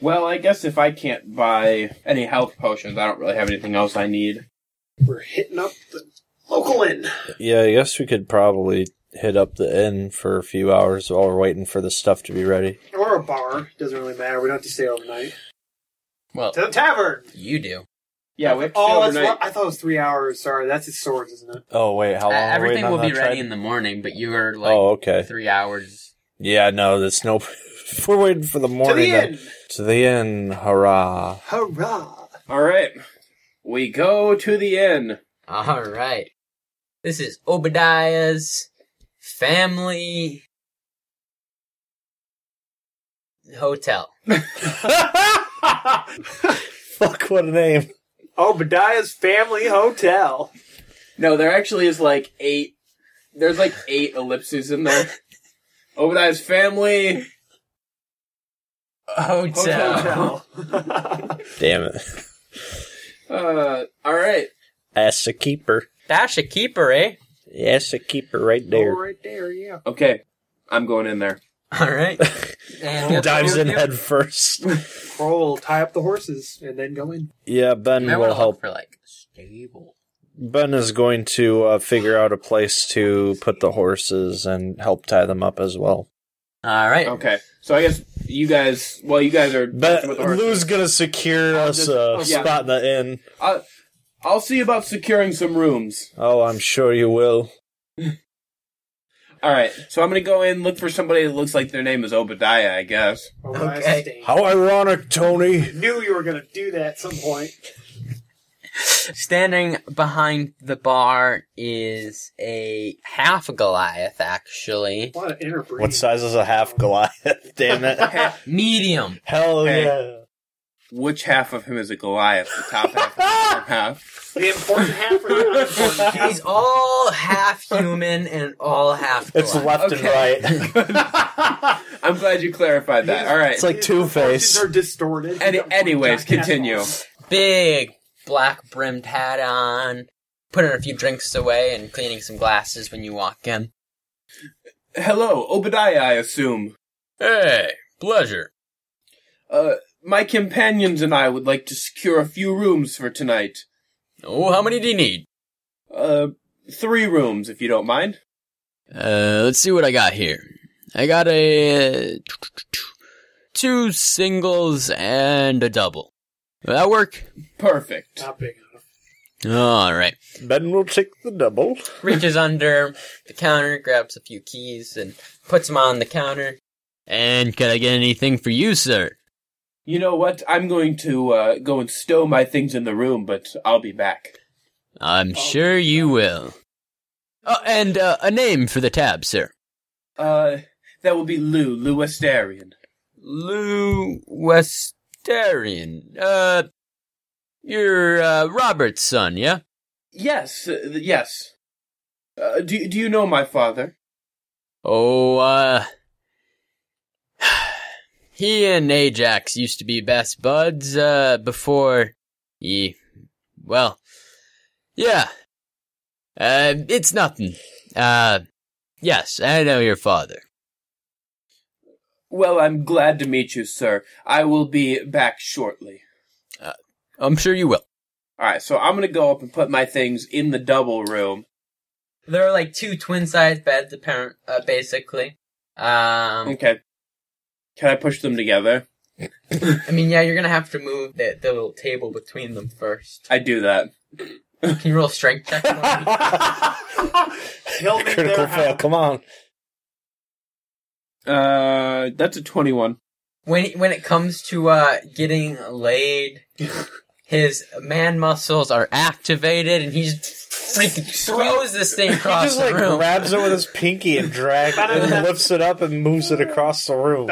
C: Well, I guess if I can't buy any health potions, I don't really have anything else I need.
E: We're hitting up the local inn.
B: Yeah, I guess we could probably hit up the inn for a few hours while we're waiting for the stuff to be ready.
E: Or a bar. Doesn't really matter. We don't have to stay overnight.
D: Well,
E: To the tavern!
D: you do.
C: Yeah, we have to stay
E: Oh, that's
C: overnight.
E: what, I thought it was three hours. Sorry, that's his sword, isn't it?
B: Oh wait, how long?
D: Uh,
B: are we waiting
D: everything
B: on
D: will
B: that
D: be ready
B: tribe?
D: in the morning, but you are like
B: oh, okay.
D: three hours.
B: Yeah, no, that's no. if (laughs) we're waiting for the morning.
E: to the inn!
B: To the inn, hurrah!
E: Hurrah!
C: All right, we go to the inn.
D: All right. This is Obadiah's family hotel.
B: Fuck, what a name!
E: Obadiah's Family Hotel.
C: No, there actually is like eight. There's like eight ellipses in there. (laughs) Obadiah's family.
D: Hotel.
E: (laughs)
B: Damn it,
C: Uh, all right.
B: that's a keeper.
D: That's a keeper, eh?
B: That's a keeper right there.
E: right there, yeah.
C: Okay, I'm going in there.
B: (laughs)
D: All right. And
B: Dives in head first.
E: Kroll, tie up the horses and then go in.
B: yeah, Ben
D: I
B: will
D: will
B: help.
D: for like stable.
B: Ben is going to uh, figure out a place to put the horses and help tie them up as well.
D: All right.
B: Oh.
C: Okay, so I guess you guys. Well, you guys are.
B: But
C: with the horse.
B: Lou's gonna secure us a
C: oh, yeah.
B: spot in the inn.
C: I'll, I'll see about securing some rooms.
B: Oh, I'm sure you will.
C: All right, so I'm gonna go in look for somebody that looks like their name is Obadiah. I guess.
E: Obadiah's
D: Okay.
E: stand.
B: How ironic, Tony.
E: Knew you were going to do that at some point.
D: Standing behind the bar is a half Goliath, actually.
E: A lot of interbreeding.
B: What size is a half Goliath? (laughs) Damn it!
D: Medium.
B: Hell
C: Hey.
B: yeah!
C: Which half of him is a Goliath? The top half, the bottom half.
E: The important half or the unimportant half?
D: He's all half human and all half
B: It's
D: Goliath.
B: left and right.
C: I'm glad you clarified that. (laughs) All right.
B: It's like Two
E: Horses
B: Face.
E: are distorted.
C: Any-
E: He's got
C: anyways,
E: black
C: continue.
E: assholes.
D: Big black brimmed hat on. Putting a few drinks away and cleaning some glasses when you walk in.
C: Hello, Obadiah, I assume.
F: Hey, pleasure.
C: Uh, my companions and I would like to secure a few rooms for tonight.
F: Oh, how many do you need?
C: Uh, three rooms, if you don't mind.
F: Uh, let's see what I got here. I got a uh, two singles and a double. Will that work?
C: Perfect.
E: Not big enough.
F: All right.
B: Ben will take the double.
D: Reaches under the counter, grabs a few keys, and puts them on the counter.
F: And can I get anything for you, sir?
C: You know what? I'm going to uh, go and stow my things in the room, but I'll be back.
F: I'm sure you will. Uh, and uh, a name for the tab, sir.
C: Uh, that will be Lou, Lou Astarian.
F: Lou Westarian. Uh, you're uh, Robert's son, yeah?
C: Yes, uh, th- yes. Uh, do, do you know my father?
F: Oh, uh, (sighs) he and Ajax used to be best buds. Uh, before he, well, yeah. Uh, it's nothing. Uh, yes, I know your father.
C: Well, I'm glad to meet you, sir. I will be back shortly.
F: I'm sure you will.
C: All right, so I'm gonna go up and put my things in the double room.
D: There are like two twin sized beds, apparent, uh, basically. Um,
C: Okay. Can I push them together?
D: I mean, yeah, you're gonna have to move the, the little table between them first.
C: I do that.
D: Can you roll a strength check? for
B: (laughs)
D: me?
E: He'll make
B: Critical
E: their
B: fail. Come on.
C: Uh, that's a 21.
D: when it- when it comes to uh getting laid, his man muscles are activated, and he just freaking throws this thing across
B: He just
D: the
B: like
D: room.
B: grabs it with his pinky and drags and lifts it up and moves it across the room.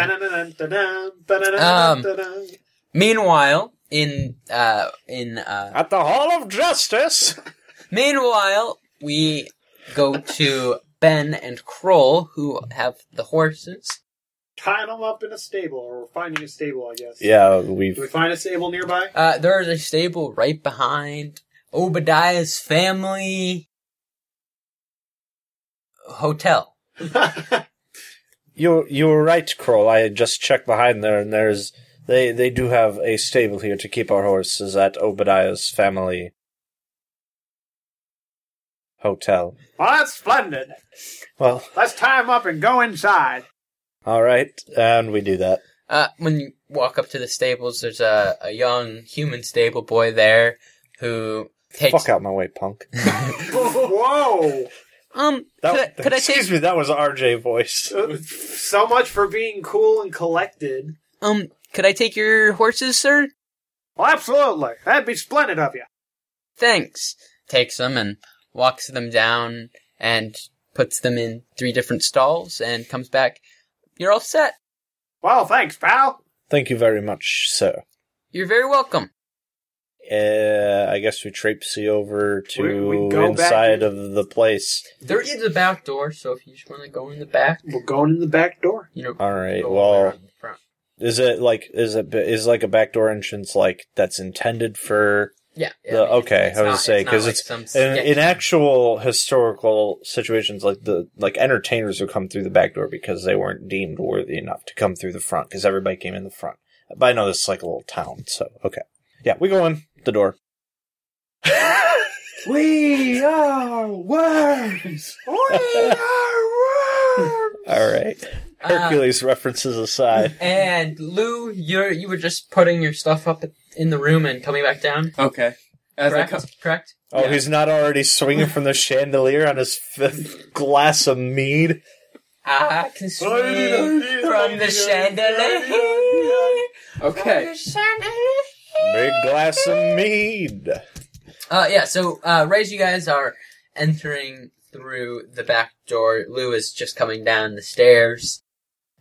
E: Um,
D: Meanwhile, in uh in uh
B: At the Hall of Justice.
D: meanwhile we go to Ben and Kroll who have the horses.
E: tying them up in a stable, or finding a stable, I guess.
B: Yeah,
E: Do we
B: we've.
E: find a stable nearby? (laughs)
D: Uh, there is a stable right behind Obadiah's family hotel.
B: You you were right, Kroll. I had just checked behind there, and there's they they do have a stable here to keep our horses at Obadiah's family hotel.
E: Well, that's splendid.
B: Well,
E: Let's tie them up and
C: (laughs)
E: go inside.
B: all right, and we do that.
D: Uh, when you walk up to the stables, there's a, a young human stable boy there who takes.
B: Fuck out my way, punk.
E: Whoa!
D: Um,
B: That,
D: could, I, could I
B: excuse
D: take?
B: me, that was RJ voice.
E: (laughs) so much for being cool and collected.
D: Um, could I take your horses, sir?
E: Well, absolutely. That'd be splendid of you.
D: Thanks. Takes them and walks them down and puts them in three different stalls and comes back. You're all set.
E: Well, thanks, pal.
B: Thank you very much, sir.
D: You're very welcome.
B: Uh, I guess we traipsy over to
E: We- we go back
B: inside
E: in.
B: of the place.
D: There is a back door, so if you just want to go in the back,
E: We're going in the back door.
D: you know.
B: All right.
D: go
B: Well,
D: around the front.
B: is it like is it is like a backdoor entrance like that's intended for
D: yeah.
B: the okay? I was gonna say because it's, in, in actual historical situations like the like entertainers would come through the back door because they weren't deemed worthy enough to come through the front because everybody came in the front. But I know this is like a little town, so okay. Yeah, we go in the door.
C: We are worms!
B: All right. Hercules references aside.
D: And Lou, you're you were just putting your stuff up in the room and coming back down.
C: Okay. As I
D: Correct.
C: come,
D: Correct.
B: Oh,
C: Yeah.
B: he's not already swinging from the chandelier on his fifth glass of mead.
D: I can swing from the chandelier.
C: okay.
B: Big glass of mead.
D: Uh, yeah. So, uh, Ray's, you guys are entering through the back door. Lou is just coming down the stairs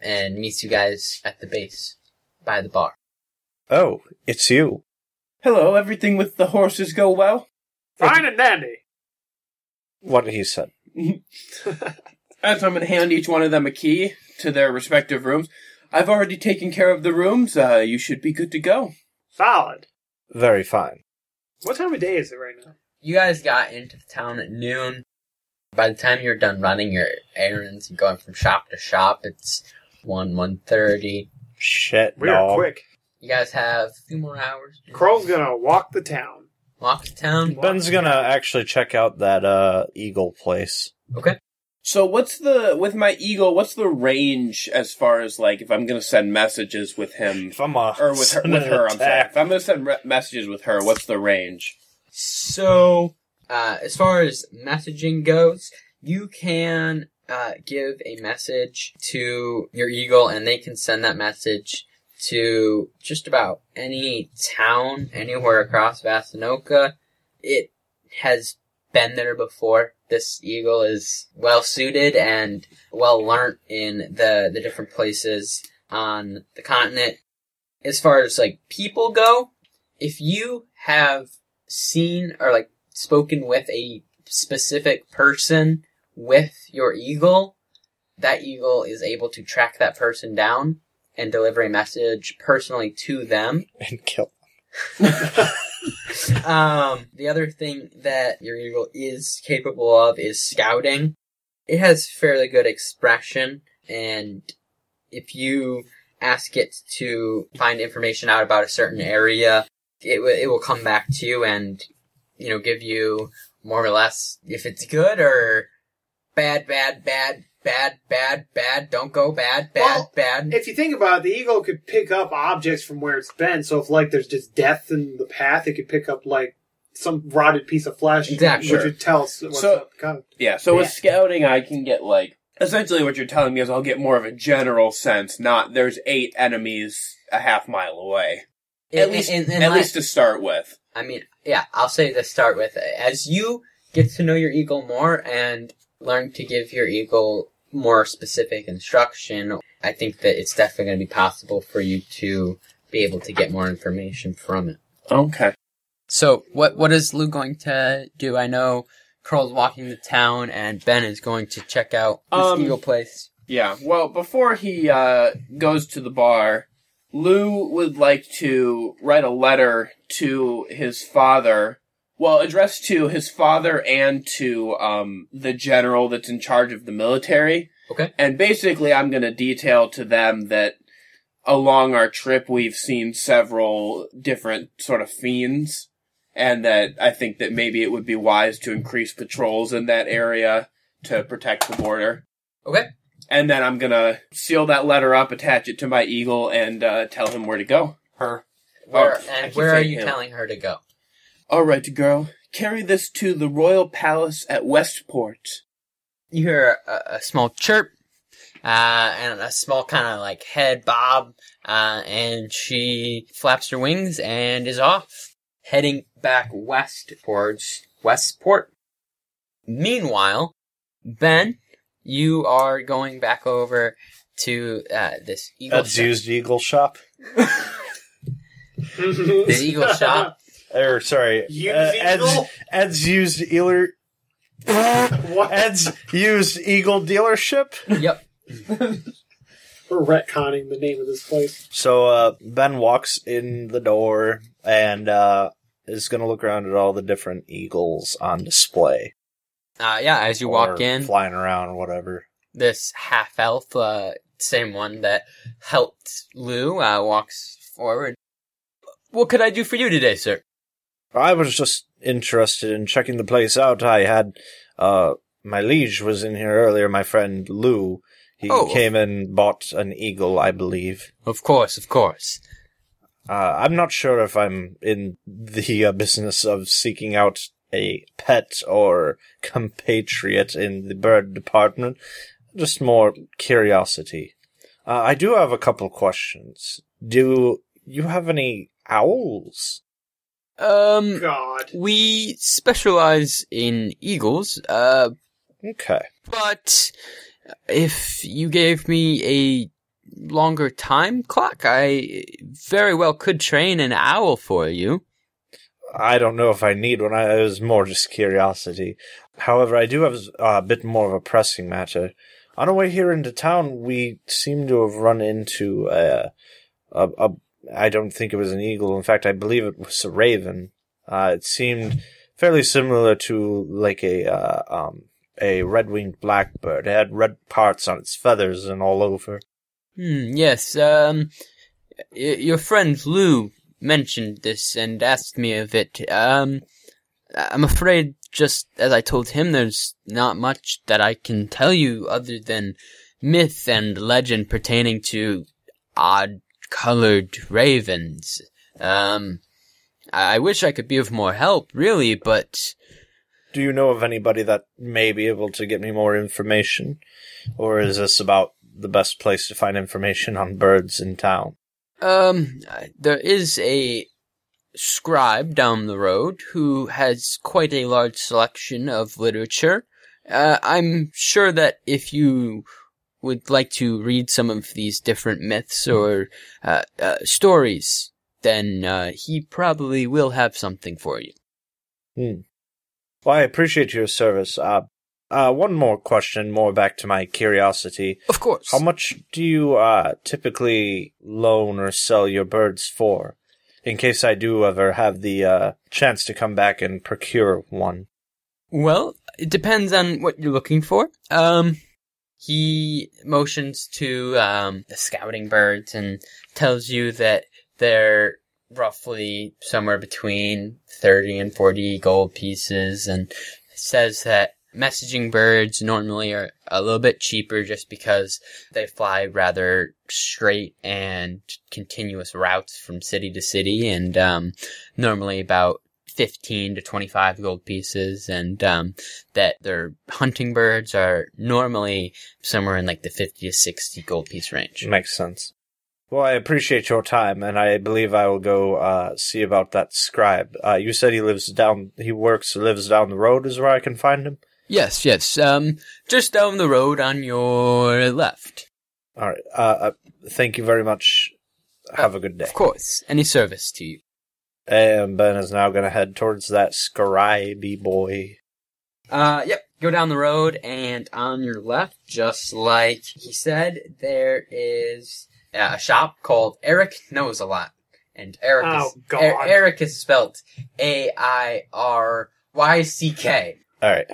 D: and meets you guys at the base by the bar.
B: Oh, it's you.
C: Hello, everything with the horses go well?
E: Fine and dandy.
B: What he said.
C: As I'm going to hand each one of them a key to their respective rooms. I've already taken care of the rooms. Uh, you should be good to go.
E: Solid.
B: Very fine.
E: What time of day is it right now?
D: You guys got into the town at noon. By the time you're done running your errands and going from shop to shop, it's one one thirty.
B: Shit,
E: We are
B: dog.
E: quick.
D: You guys have a few more hours.
E: Kroll's gonna walk the town.
D: Walk to town.
B: Ben's gonna actually check out that uh eagle place.
D: Okay.
C: So what's the with my eagle? What's the range as far as like if I'm gonna send messages with him
B: If I'm uh, a
C: or with her? With her, I'm sorry. If I'm gonna send re- messages with her, what's the range?
D: So, uh, as far as messaging goes, you can uh, give a message to your eagle, and they can send that message to just about any town anywhere across Vastanoka. It has been there before. This eagle is well suited and well learnt in the, the different places on the continent. As far as like people go, if you have seen or like spoken with a specific person with your eagle, that eagle is able to track that person down and deliver a message personally to them.
B: and kill.
D: Um, the other thing that your eagle is capable of is scouting. It has fairly good expression, and if you ask it to find information out about a certain area, it, w- it will come back to you and, you know, give you more or less if it's good or bad, bad, bad, bad, bad, bad, don't go bad, bad,
E: Well,
D: bad.
E: If you think about it, the eagle could pick up objects from where it's been. So if like there's just death in the path, it could pick up like some rotted piece of flesh,
D: Exactly.
E: which would tell us what's
C: So-
E: up. Kind of-
C: Yeah, so with scouting, I can get like essentially what you're telling me is I'll get more of a general sense, not there's eight enemies a half mile away. at
D: In-
C: least,
D: in- in
C: at
D: my-
C: least to start with.
D: I mean, yeah, I'll say to start with, as you get to know your eagle more and learn to give your eagle more specific instruction, I think that it's definitely going to be possible for you to be able to get more information from it.
C: Okay.
D: So, what what is Lou going to do? I know Curl's walking the town, and Ben is going to check out this
C: Um,
D: eagle place.
C: Yeah. Well, before he uh, goes to the bar, Lou would like to write a letter to his father. Well, addressed to his father and to um, the general that's in charge of the military.
D: Okay.
C: And basically, I'm going to detail to them that along our trip, we've seen several different sort of fiends, and that I think that maybe it would be wise to increase patrols in that area to protect the border
D: Okay.
C: and then I'm gonna seal that letter up, attach it to my eagle, and uh, tell him where to go. Her.
D: Where
C: Oh, I
D: and
C: keep
D: where are
C: saying
D: you
C: him.
D: telling her to go?
C: All right, girl. Carry this to the royal palace at Westport.
D: you hear a, a small chirp uh, and a small kind of like head bob, uh, and she flaps her wings and is off, heading back west towards Westport. Meanwhile, Ben, you are going back over to uh, this eagle
B: That's used eagle shop.
D: The
B: (laughs)
D: eagle shop.
B: Or sorry,
E: Used
B: uh,
E: eagle?
B: Ed's, Ed's used ealer.
E: (laughs) what?
B: Ed's used eagle dealership.
D: Yep.
E: We're retconning the name of this place.
B: So uh, Ben walks in the door and uh, is going to look around at all the different eagles on display.
D: Uh, yeah, as you walk
B: or
D: in,
B: flying around, or whatever.
D: this half elf, uh, same one that helped Lou, uh, walks forward. What could I do for you today, sir?
B: I was just interested in checking the place out. I had uh, my liege was in here earlier. My friend Lou. He
D: Oh.
B: came and bought an eagle, I believe.
D: Of course, of course.
B: Uh, I'm not sure if I'm in the uh, business of seeking out a pet or (laughs) compatriot in the bird department. Just more curiosity. Uh, I do have a couple questions. Do you have any owls?
D: Um,
E: God.
D: we specialize in eagles, uh,
B: Okay.
D: but if you gave me a longer time clock, I very well could train an owl for you.
B: I don't know if I need one. I, it was more just curiosity. However, I do have uh, a bit more of a pressing matter. On our way here into town, we seem to have run into a, a, a. I don't think it was an eagle. In fact, I believe it was a raven. Uh, it seemed fairly similar to like a uh, um, a red-winged blackbird. It had red parts on its feathers and all over.
D: Hmm, yes, um, y- your friend Lou mentioned this and asked me of it. Um, I'm afraid, just as I told him, there's not much that I can tell you other than myth and legend pertaining to odd colored ravens. Um, I-, I wish I could be of more help, really, but
B: Do you know of anybody that may be able to get me more information? Or is this about the best place to find information on birds in town?
D: Um, uh, there is a scribe down the road who has quite a large selection of literature. Uh, I'm sure that if you would like to read some of these different myths or uh, uh, stories, then uh, he probably will have something for you.
B: Hmm. Well, I appreciate your service. Uh, uh, one more question, more back to my curiosity.
D: Of course.
B: How much do you uh, typically loan or sell your birds for? In case I do ever have the uh, chance to come back and procure one.
D: Well, it depends on what you're looking for. Um, he motions to um, the scouting birds and tells you that they're roughly somewhere between 30 and 40 gold pieces and says that messaging birds normally are a little bit cheaper just because they fly rather straight and continuous routes from city to city and um, normally about 15 to 25 gold pieces and um, that their hunting birds are normally somewhere in like the 50 to 60 gold piece range
B: Makes sense. Well, I appreciate your time, and I believe I will go uh, see about that scribe. Uh, you said he lives down, he works, lives down the road, is where I can find him.
D: yes yes um, just down the road on your left
B: All right. Uh, uh, thank you very much. Have a good day.
D: of course any service to you
B: And Ben is now going to head towards that scribey boy.
D: Uh, yep. Go down the road, and on your left, just like he said, there is a shop called Eric Knows a Lot, and Eric
E: Oh,
D: is
E: God.
D: Er- Eric is spelt A I R Y C K.
B: All right.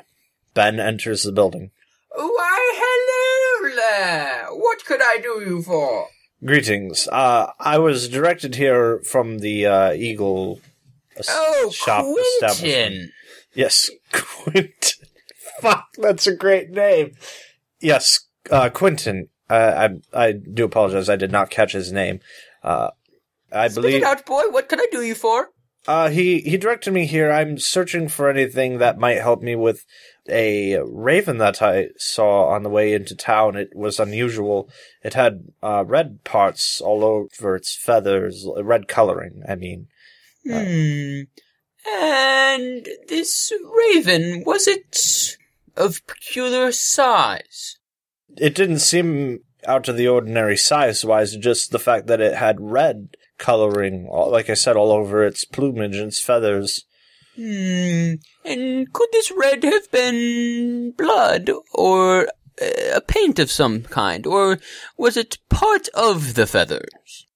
B: Ben enters the building.
D: Why, hello there. What could I do you for?
B: Greetings. Uh, I was directed here from the uh, Eagle es-
D: Oh,
B: shop establishment.
D: Quentin.
B: Yes, Quentin. (laughs) Fuck, that's a great name. Yes, uh, Quentin. Uh, I I do apologize. I did not catch his name. Uh, I
D: Spit
B: believe
D: it out, boy. What could I do you for?
B: Uh, he he directed me here. I'm searching for anything that might help me with a raven that I saw on the way into town. It was unusual. It had uh, red parts all over its feathers, red coloring. I mean,
D: Hmm. And this raven, was it of peculiar size?
B: it didn't seem out of the ordinary size wise. Just the fact that it had red coloring, all- like I said, all over its plumage and its feathers.
D: Hmm. And could this red have been blood or uh, a paint of some kind? Or was it part of the feathers?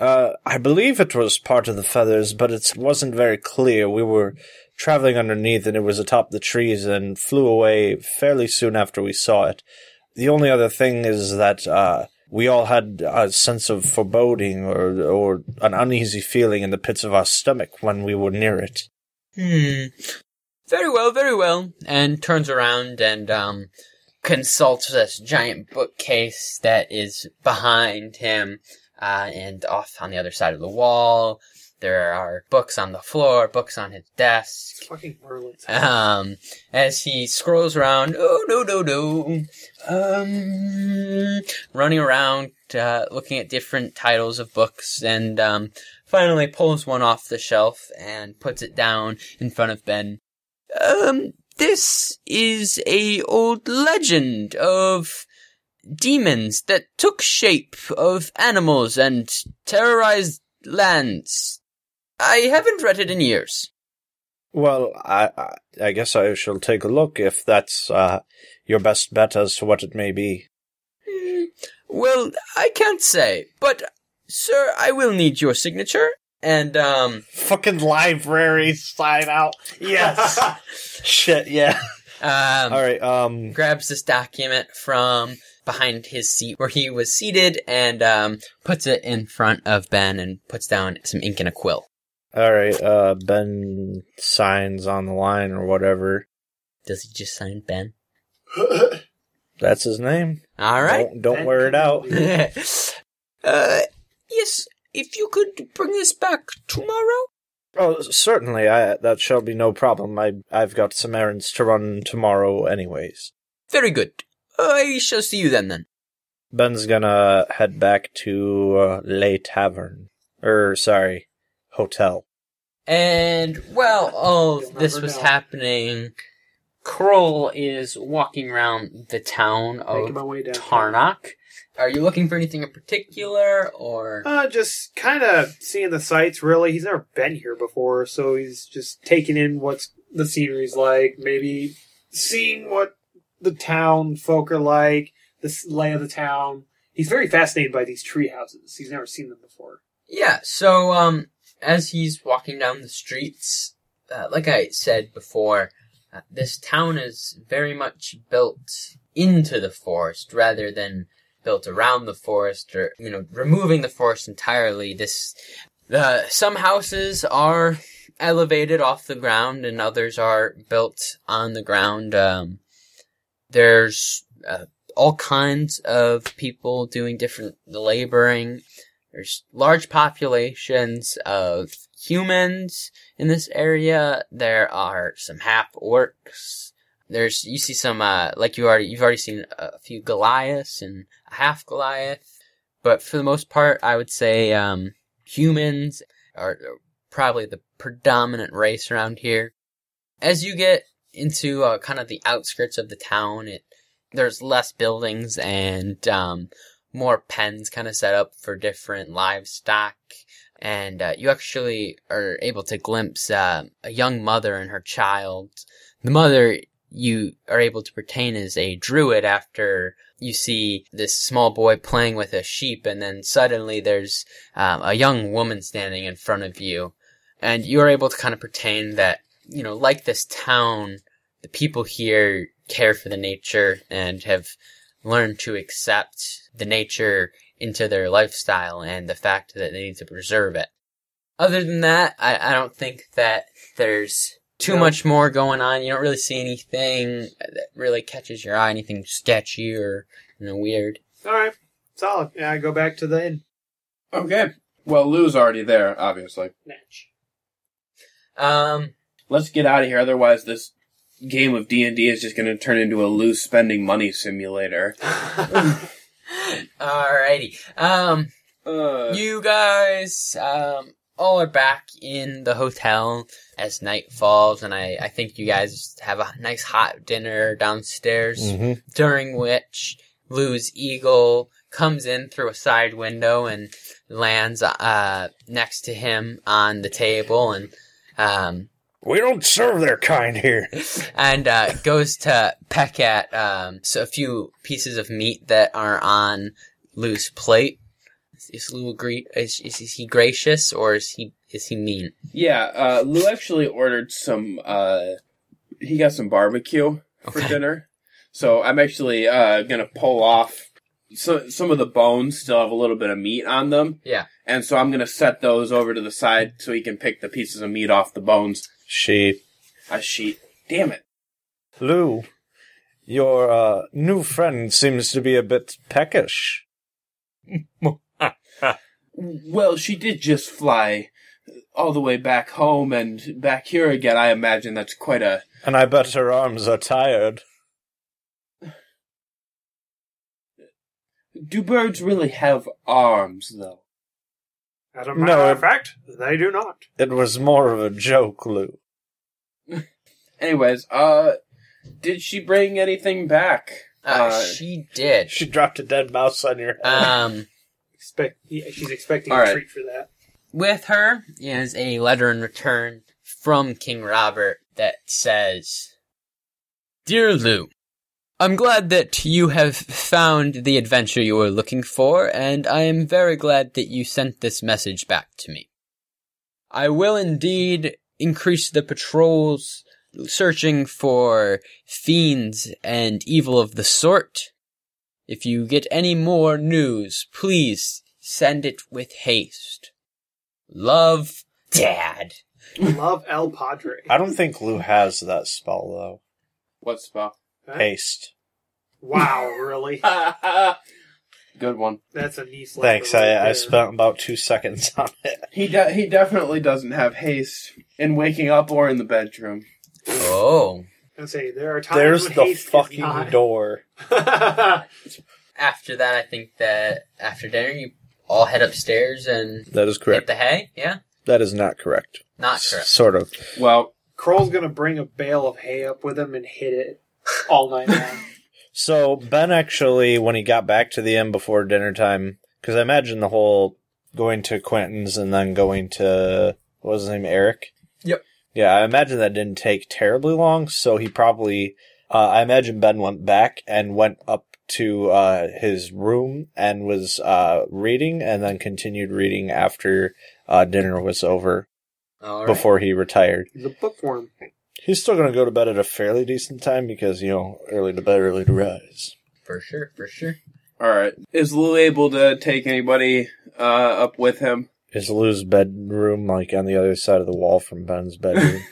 B: Uh, I believe it was part of the feathers, but it wasn't very clear. We were traveling underneath and it was atop the trees and flew away fairly soon after we saw it. The only other thing is that, uh, we all had a sense of foreboding or, or an uneasy feeling in the pits of our stomach when we were near it.
D: Hmm. Very well, very well. And turns around and, um, consults this giant bookcase that is behind him, uh, and off on the other side of the wall. There are books on the floor, books on his desk.
E: It's fucking Merlin's.
D: Um, as he scrolls around, oh no no no, um, running around, uh, looking at different titles of books, and um, finally pulls one off the shelf and puts it down in front of Ben. Um, this is a old legend of demons that took shape of animals and terrorized lands. I haven't read it in years.
B: Well, I, I, I guess I shall take a look if that's, uh, your best bet as to what it may be.
D: Well, I can't say, but sir, I will need your signature. And um,
B: Fucking library sign out. Yes. (laughs) Shit, yeah. (laughs)
D: um
B: All right. Um.
D: grabs this document from behind his seat where he was seated and um, puts it in front of Ben and puts down some ink and a quill.
B: All right. Uh. Ben signs on the line or whatever.
D: Does he just sign Ben?
B: That's his name.
D: All right.
B: Don't, don't wear it out.
D: (laughs) uh, yes, if you could bring this back tomorrow.
B: Oh, certainly. I. That shall be no problem. I. I've got some errands to run tomorrow, anyways.
D: Very good. I shall see you then. Then.
B: Ben's gonna head back to uh, Lay Tavern. Er, sorry, hotel.
D: And while all of
E: You'll
D: this
E: never
D: was
E: know.
D: happening, Kroll is walking around the town
E: Making my
D: of
E: way down.
D: Tarnock. Are you looking for anything in particular, or
E: Uh, just kind of seeing the sights, really. He's never been here before, so he's just taking in what's the scenery's like, maybe seeing what the town folk are like, the s- lay of the town. He's very fascinated by these tree houses. He's never seen them before.
D: Yeah, so um, as he's walking down the streets, uh, like I said before, uh, this town is very much built into the forest rather than built around the forest or you know removing the forest entirely. This uh, some houses are elevated off the ground and others are built on the ground. Um, there's uh, all kinds of people doing different laboring there's large populations of humans in this area. There are some half orcs. There's you see some uh, like you already you've already seen a few Goliaths and a half Goliath, but for the most part, I would say um, humans are probably the predominant race around here. As you get into uh, kind of the outskirts of the town, it there's less buildings and um, more pens kind of set up for different livestock. And uh, you actually are able to glimpse uh, a young mother and her child. The mother you are able to pertain as a druid after you see this small boy playing with a sheep, and then suddenly there's um, a young woman standing in front of you. And you are able to kind of pertain that, you know, like this town, the people here care for the nature and have learn to accept the nature into their lifestyle and the fact that they need to preserve it. Other than that, I, I don't think that there's too much more going on. You don't really see anything that really catches your eye, anything sketchy or you know, weird.
E: All right, solid. Yeah, I go back to the inn.
C: Okay. Well, Lou's already there, obviously.
E: Natch.
D: Um,
C: Let's get out of here, otherwise this game of D&D is just going to turn into a Lou spending money simulator.
D: alrighty. Um,
C: Uh,
D: you guys um, all are back in the hotel as night falls, and I, I think you guys have a nice hot dinner downstairs.
A: Mm-hmm.
D: During which Lou's eagle comes in through a side window and lands uh, next to him on the table, and um,
B: We don't serve their kind here.
D: and uh, goes to peck at um, so a few pieces of meat that are on Lou's plate. Is Lou agree? Is, is, is he gracious or is he is he mean?
C: yeah, uh, Lou actually ordered some, uh, he got some barbecue for
D: Okay.
C: dinner. So I'm actually uh, going to pull off some, some of the bones, still have a little bit of meat on them.
D: Yeah.
C: And so I'm going to set those over to the side so he can pick the pieces of meat off the bones.
B: She.
C: A sheet. Damn it.
B: Lou, your uh, new friend seems to be a bit peckish.
C: Well, she did just fly all the way back home and back here again. I imagine that's quite a.
B: And I bet her arms are tired.
C: Do birds really have arms, though?
E: As a
B: No,
E: matter of
B: it-
E: fact, they do not.
B: It was more of a joke, Lou.
C: Anyways, uh, did she bring anything back?
D: Uh, she did.
B: She dropped a dead mouse on your head.
E: Uh,
D: Um,
E: Expect yeah, she's expecting
C: All
E: a
C: right.
E: treat for that.
D: with her is a letter in return from King Robert that says, Dear Lou, I'm glad that you have found the adventure you were looking for, and I am very glad that you sent this message back to me. I will indeed increase the patrols searching for fiends and evil of the sort. If you get any more news, please send it with haste. Love, Dad.
E: Love El Padre.
B: I don't think Lou has that spell, though.
C: what spell?
E: Huh?
B: Haste.
E: Wow, really?
C: Good one.
E: That's a knee slapper.
B: Thanks,
E: right
B: I, I
E: there.
B: spent about two seconds on it.
C: He de- he definitely doesn't have haste in waking up or in the bedroom.
D: Oh.
E: I say there are times
B: There's
E: when
B: the
E: haste is
B: fucking
E: not-
B: door.
D: After that, I think that after dinner, you all head upstairs and
B: That is
D: hit the hay. Yeah.
B: That is not correct.
D: Not
B: S-
D: correct.
B: Sort of.
C: Well,
E: (laughs) Kroll's gonna bring a bale of hay up with him and hit it all night long.
B: (laughs) So Ben actually, when he got back to the inn before dinner time, because I imagine the whole going to Quentin's and then going to what was his name, Eric.
F: Yep.
B: Yeah, I imagine that didn't take terribly long. So he probably, uh, I imagine Ben went back and went up to uh, his room and was uh, reading, and then continued reading after uh, dinner was over
D: All right.
B: before he retired.
E: He's a bookworm.
B: He's still going to go to bed at a fairly decent time because you know, early to bed, early to rise.
D: For sure, for sure.
C: all right. Is Lou able to take anybody uh, up with him? (laughs)
B: Is Lou's bedroom like on the other side of the wall from Ben's (laughs) bedroom?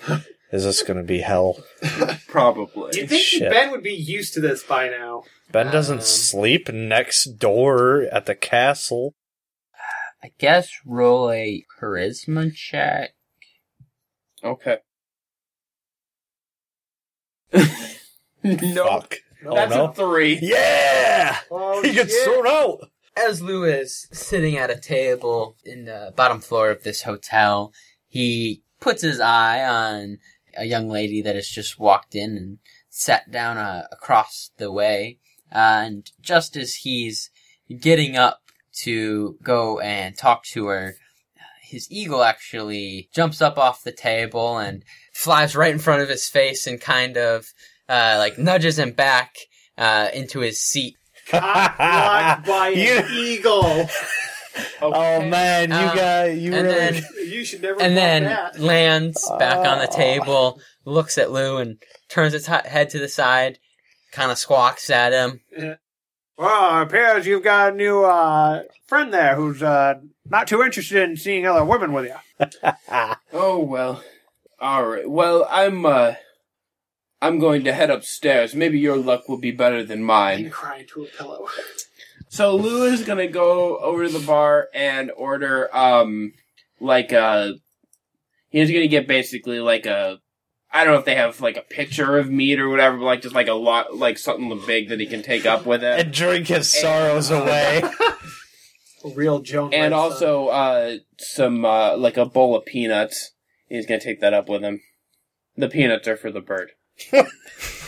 B: Is this gonna be hell?
E: You
C: Probably.
E: think
B: Shit.
E: Ben would be used to this by now?
B: Ben doesn't
D: Um.
B: sleep next door at the castle.
D: I guess roll a charisma check.
C: Okay. no,
B: Fuck.
C: that's
B: oh no.
C: a three.
B: yeah!
E: (laughs) Oh,
B: he gets thrown out!
D: As Lou is sitting at a table in the bottom floor of this hotel, he puts his eye on a young lady that has just walked in and sat down uh, across the way. and just as he's getting up to go and talk to her, his eagle actually jumps up off the table and flies right in front of his face and kind of uh, like nudges him back uh, into his seat.
B: (laughs)
E: Cock-blocked by an
B: You-
E: eagle.
B: (laughs) Oh man, you
D: Um,
B: got you
D: and
B: really (laughs)
D: then
E: You should never.
D: and
E: want
D: then
E: that.
D: lands back on the
B: Oh.
D: table, looks at Lou, and turns its he- head to the side, kind of squawks at him.
E: Well, it appears you've got a new uh, friend there who's uh, not too interested in seeing other women with you.
C: Oh well. All right. Well, I'm uh I'm going to head upstairs. Maybe your luck will be better than
E: And
C: mine.
E: crying to a pillow.
C: So Lou is going to go over to the bar and order um like a he's going to get basically like a I don't know if they have like a picture of meat or whatever, but like just like a lot like something big that he can take up with it.
B: and drink his
D: (laughs)
B: sorrows (laughs) away.
E: A real Joan.
C: And
E: Redson.
C: also uh some uh like a bowl of peanuts. He's going to take that up with him. The peanuts are for the bird.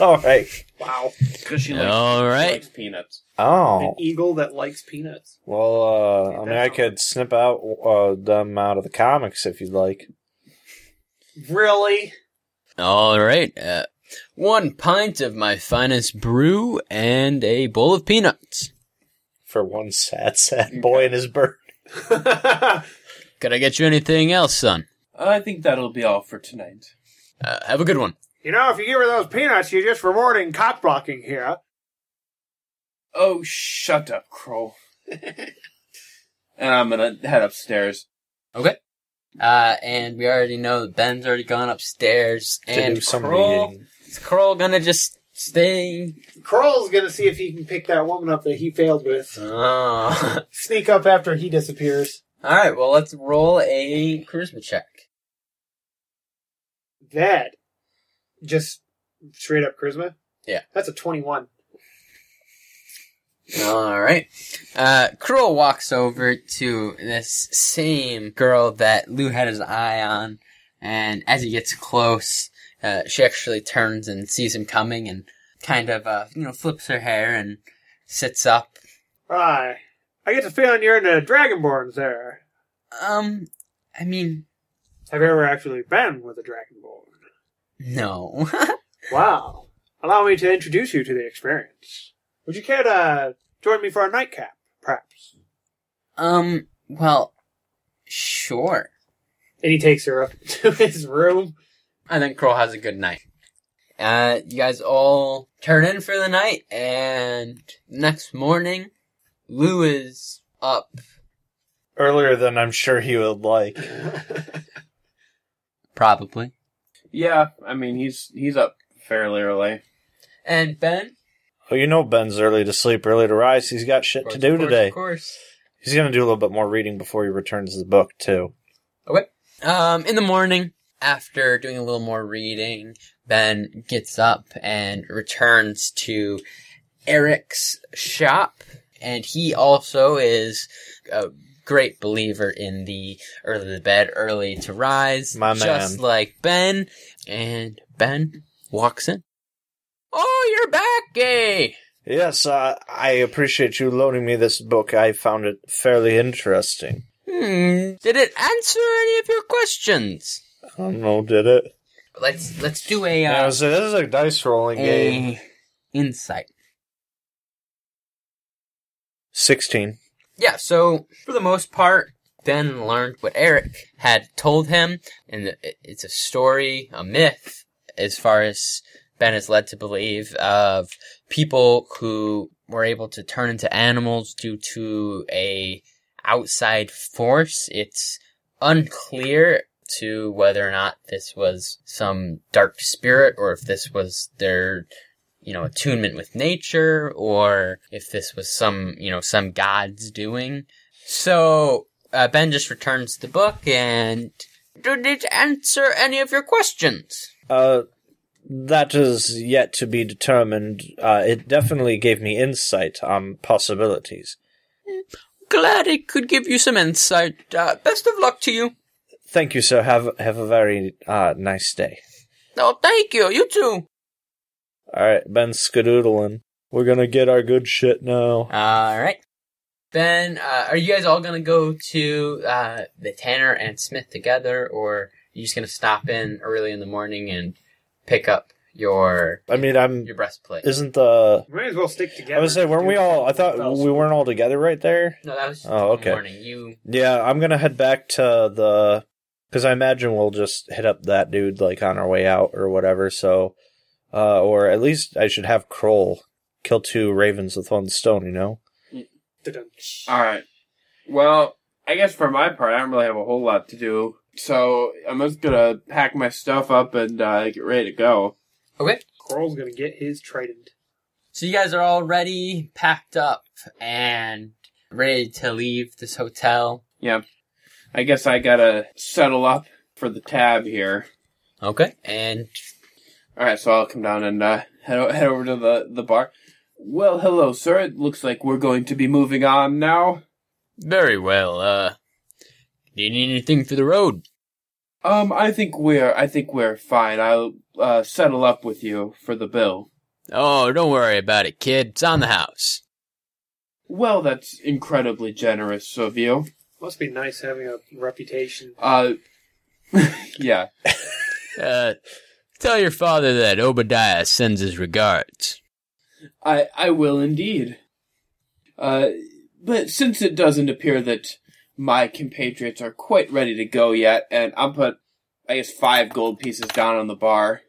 B: Alright.
E: wow,
C: Because she likes,
D: All
C: she
D: right.
C: likes peanuts.
E: an
B: Oh.
E: eagle that likes peanuts.
B: Well, uh, I mean, I could snip out uh, them out of the comics if you'd like.
E: Really? (laughs)
D: All right. Uh, one pint of my finest brew and a bowl of peanuts.
B: For one sad, sad boy (laughs) and his bird.
D: Could I get you anything else, son?
C: I think that'll be all for tonight.
D: Uh, have a good one.
E: You know, if you give her those peanuts, you're just rewarding cock blocking here.
C: Oh, shut up, Crow. and I'm gonna head upstairs.
D: Okay. Uh, and we already know that Ben's already gone upstairs,
B: to
D: and
B: do some
D: Kroll,
B: reading.
D: is Kroll gonna just
B: (laughs)
D: stay.
E: Kroll's gonna see if he can pick that woman up that he failed with.
D: Oh.
E: Sneak up after he disappears.
D: All right. Well, let's roll a charisma check.
E: That just straight up charisma.
D: Yeah.
E: that's a twenty-one.
D: All right. Uh, Kroll walks over to this same girl that Lou had his eye on, and as he gets close, uh, she actually turns and sees him coming, and kind of uh, you know flips her hair and sits up.
E: Right. I get the feeling you're into Dragonborns there.
D: Um, I mean,
E: Have you ever actually been with a Dragonborn?
D: no. (laughs)
E: Wow. Allow me to introduce you to the experience. Would you care to join me for a nightcap, perhaps?
D: um, well, sure.
E: And he takes her up (laughs) to his room.
D: And then Kroll has a good night. Uh, you guys all turn in for the night, and next morning, Lou is up.
B: Earlier than I'm sure he would like.
D: Probably.
C: Yeah, I mean he's he's up fairly early.
D: And Ben?
B: Well, Oh, you know Ben's early to sleep, early to rise. He's got shit to do
D: Of course,
B: today.
D: Of course.
B: He's going to do a little bit more reading before he returns the book, too.
D: Um, in the morning, after doing a little more reading, Ben gets up and returns to Eric's shop, and he also is uh, great believer in the early to bed, early to rise.
B: My
D: Just
B: man.
D: like Ben. And Ben walks in. Oh, you're back, eh? gay!
B: Yes, uh, I appreciate you loaning me this book. I found it fairly interesting.
D: Hmm. Did it answer any of your questions?
B: Oh no, did it?
D: Let's let's do a
B: Yeah, I
D: uh,
B: was saying, this is a dice rolling game.
D: a insight.
B: Sixteen.
D: Yeah, so for the most part, Ben learned what Eric had told him, and it- it's a story, a myth, as far as Ben is led to believe, of people who were able to turn into animals due to a outside force. It's unclear to whether or not this was some dark spirit or if this was their you know, attunement with nature, or if this was some, you know, some god's doing. So, uh, Ben just returns the book and did it answer any of your questions?
B: Uh, that is yet to be determined. Uh, it definitely gave me insight on possibilities.
D: Glad it could give you some insight. Uh, best of luck to you.
B: Thank you, sir. Have have a very uh, nice day.
D: No, thank you. You too.
B: All right, Ben Skadoodling. We're gonna get our good shit now.
D: All right. Ben, uh, are you guys all gonna go to uh, the Tanner and Smith together, or are you just gonna stop in early in the morning and pick up your
B: I mean, I'm.
D: your breastplate?
B: Isn't the?
E: We might as well stick together.
B: I was saying, weren't we all? I thought we weren't all together right there.
D: No, that was just
B: Oh,
D: in the
B: okay.
D: morning. You
B: Yeah, I'm gonna head back to the because I imagine we'll just hit up that dude like on our way out or whatever. So, uh, or at least I should have Kroll kill two ravens with one stone. You know,
C: All right. Well, I guess for my part, I don't really have a whole lot to do, so I'm just gonna pack my stuff up and uh, get ready to go.
D: okay?
E: Coral's gonna get his trident.
D: So you guys are already packed up and ready to leave this hotel.
C: Yeah. I guess I gotta settle up for the tab here.
D: Okay. And
C: All right, so I'll come down and uh, head o- head over to the the bar. Well, hello, sir. It looks like we're going to be moving on now.
D: very well. Uh, do you need anything for the road?
C: Um, I think we're I think we're fine. I'll uh, settle up with you for the bill.
D: Oh, don't worry about it, kid. It's on the house.
C: Well, that's incredibly generous of you.
E: Must be nice having a reputation.
C: Uh, (laughs) yeah.
D: Uh, tell your father that Obadiah sends his regards.
C: I I will indeed. Uh, but since it doesn't appear that my compatriots are quite ready to go yet, and I'll put, I guess, five gold pieces down on the bar.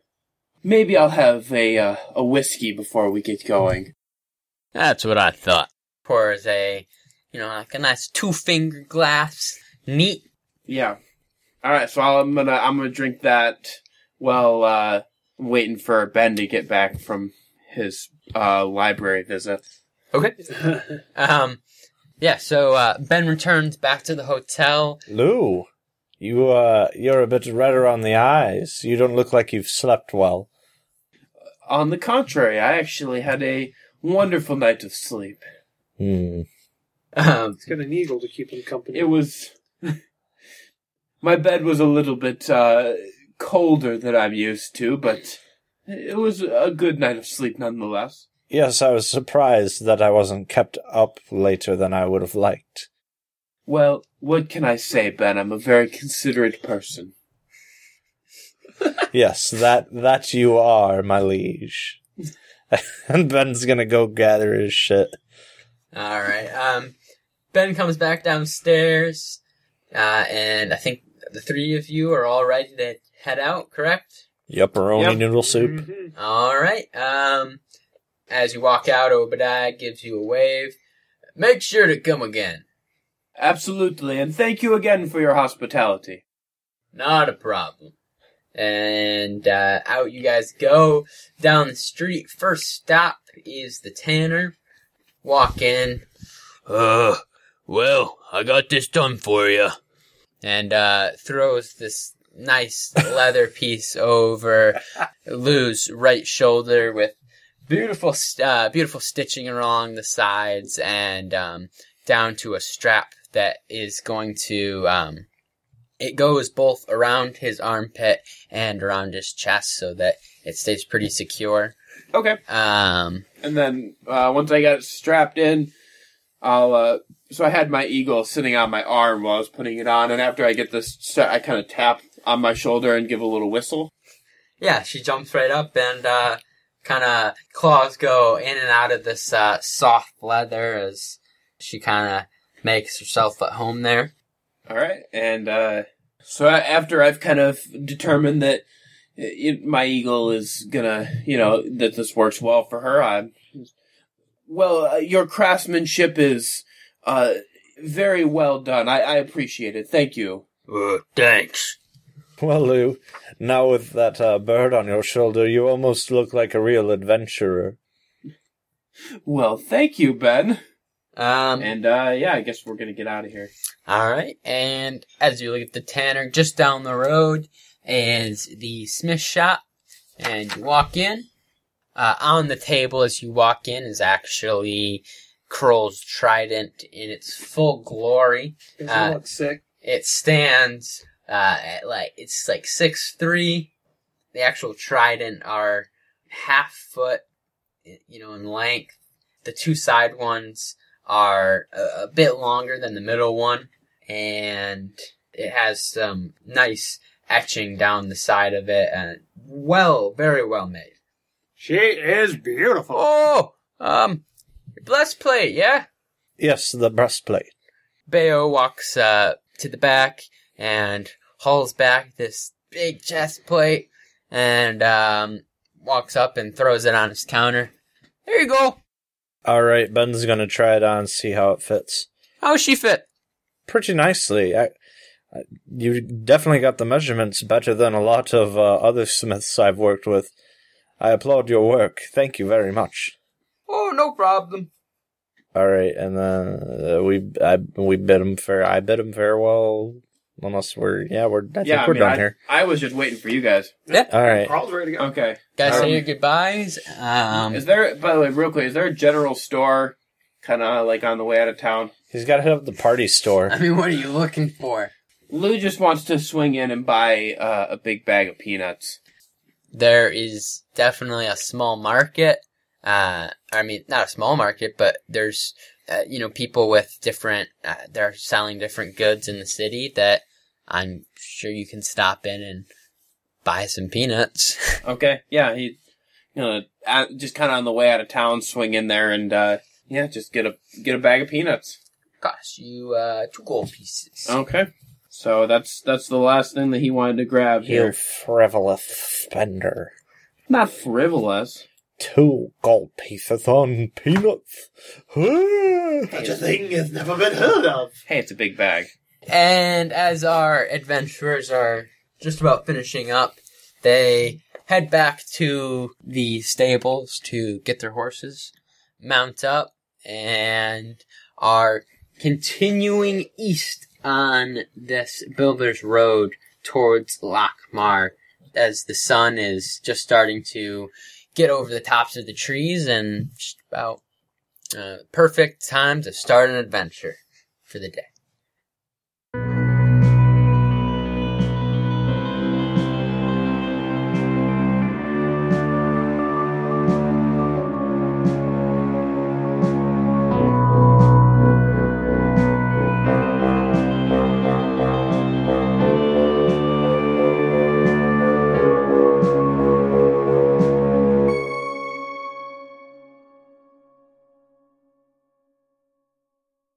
C: Maybe I'll have a uh, a whiskey before we get going.
D: That's what I thought. Pours a, you know, like a nice two finger glass, neat
C: Yeah. All right. So I'm gonna I'm gonna drink that while uh, I'm waiting for Ben to get back from his uh, library visit.
D: Okay. um, yeah. So uh, Ben returns back to the hotel.
B: Lou, you uh, you're a bit red around the eyes. You don't look like you've slept well.
C: On the contrary, I actually had a wonderful night of sleep.
B: Hmm.
D: Um,
E: It's gonna need eagle to keep him company.
C: It was. (laughs) my bed was a little bit uh, colder than I'm used to, but it was a good night of sleep nonetheless.
B: Yes, I was surprised that I wasn't kept up later than I would have liked.
C: Well, what can I say, Ben? I'm a very considerate person.
B: Yes, that that you are, my liege. (laughs) and Ben's gonna go gather his shit.
D: all right. Um, Ben comes back downstairs, uh, and I think the three of you are all ready to head out. Correct.
B: Yupperoni
C: Yep.
B: noodle soup.
E: Mhm.
D: All right. Um, as you walk out, Obadiah gives you a wave. Make sure to come again.
C: Absolutely, and thank you again for your hospitality.
D: Not a problem. And uh, out you guys go down the street. First stop is the Tanner. Walk in. Uh, well, I got this done for you. And uh, throws this nice (laughs) leather piece over Lou's right shoulder with beautiful, st- uh, beautiful stitching along the sides and um, down to a strap that is going to um, it goes both around his armpit and around his chest so that it stays pretty secure.
C: Okay.
D: Um,
C: And then uh, once I got it strapped in, I'll. Uh, so I had my eagle sitting on my arm while I was putting it on, and after I get this, set, I kind of tap on my shoulder and give a little whistle.
D: yeah, she jumps right up and uh, kind of claws go in and out of this uh, soft leather as she kind of makes herself at home there.
C: All right, and uh, so a- after I've kind of determined that it, my eagle is gonna, you know, that this works well for her, I'm well. Uh, your craftsmanship is uh, very well done. I, I appreciate it. Thank you.
D: Uh, thanks.
B: Well, Lou, now with that uh, bird on your shoulder, you almost look like a real adventurer.
C: Well, thank you, Ben.
D: Um,
C: And uh, yeah, I guess we're gonna get out of here.
D: All right, and as you look at the tanner, just down the road is the smith shop, and you walk in. Uh, on the table as you walk in is actually Kroll's trident in its full glory.
E: It
D: Uh,
E: looks sick.
D: It stands uh, at like it's like six three. The actual trident are half foot, you know, in length. The two side ones are a, a bit longer than the middle one, and it has some nice etching down the side of it. And well, very well made.
E: She is beautiful.
D: Oh, um, blessed plate, yeah.
B: Yes, the breastplate.
D: Bayo walks uh, to the back and hauls back this big chest plate and um, walks up and throws it on his counter. There you go.
B: All right, Ben's gonna try it on, see how it fits.
D: How she fit?
B: Pretty nicely. I, I, you definitely got the measurements better than a lot of uh, other smiths I've worked with. I applaud your work. Thank you very much.
D: Oh, no problem.
B: All right, and then uh, we I, we bid him fair. I bid him farewell. Unless we're yeah we're I
C: yeah,
B: think we're
C: I mean,
B: done
C: I,
B: here.
C: I was just waiting for you guys.
B: All right.
E: Carl's ready to go.
C: Okay.
D: Guys,
C: Um,
D: say your goodbyes. Um,
C: Is there, by the way, real quick, is there a general store kind of like on the way out of town?
B: He's got to hit up the party store.
D: (laughs) (laughs) I mean, what are you looking for?
C: Lou just wants to swing in and buy uh, a big bag of peanuts.
D: There is definitely a small market. Uh, I mean, not a small market, but there's, uh, you know, people with different, uh, they're selling different goods in the city that I'm sure you can stop in and buy some peanuts. (laughs)
C: Okay, yeah, he, you know, uh, just kind of on the way out of town, swing in there and uh, yeah, just get a get a bag of peanuts.
D: Cost you, uh, two gold pieces.
C: Okay, so that's that's the last thing that he wanted to grab
B: You
C: here.
B: frivolous spender.
C: Not frivolous.
B: Two gold pieces on peanuts. (laughs)
C: (laughs)
E: Such a thing has never been heard of.
C: Hey, it's a big bag.
D: And as our adventurers are just about finishing up, they head back to the stables to get their horses, mount up, and are continuing east on this Builder's Road towards Lochmar as the sun is just starting to get over the tops of the trees and just about uh, perfect time to start an adventure for the day.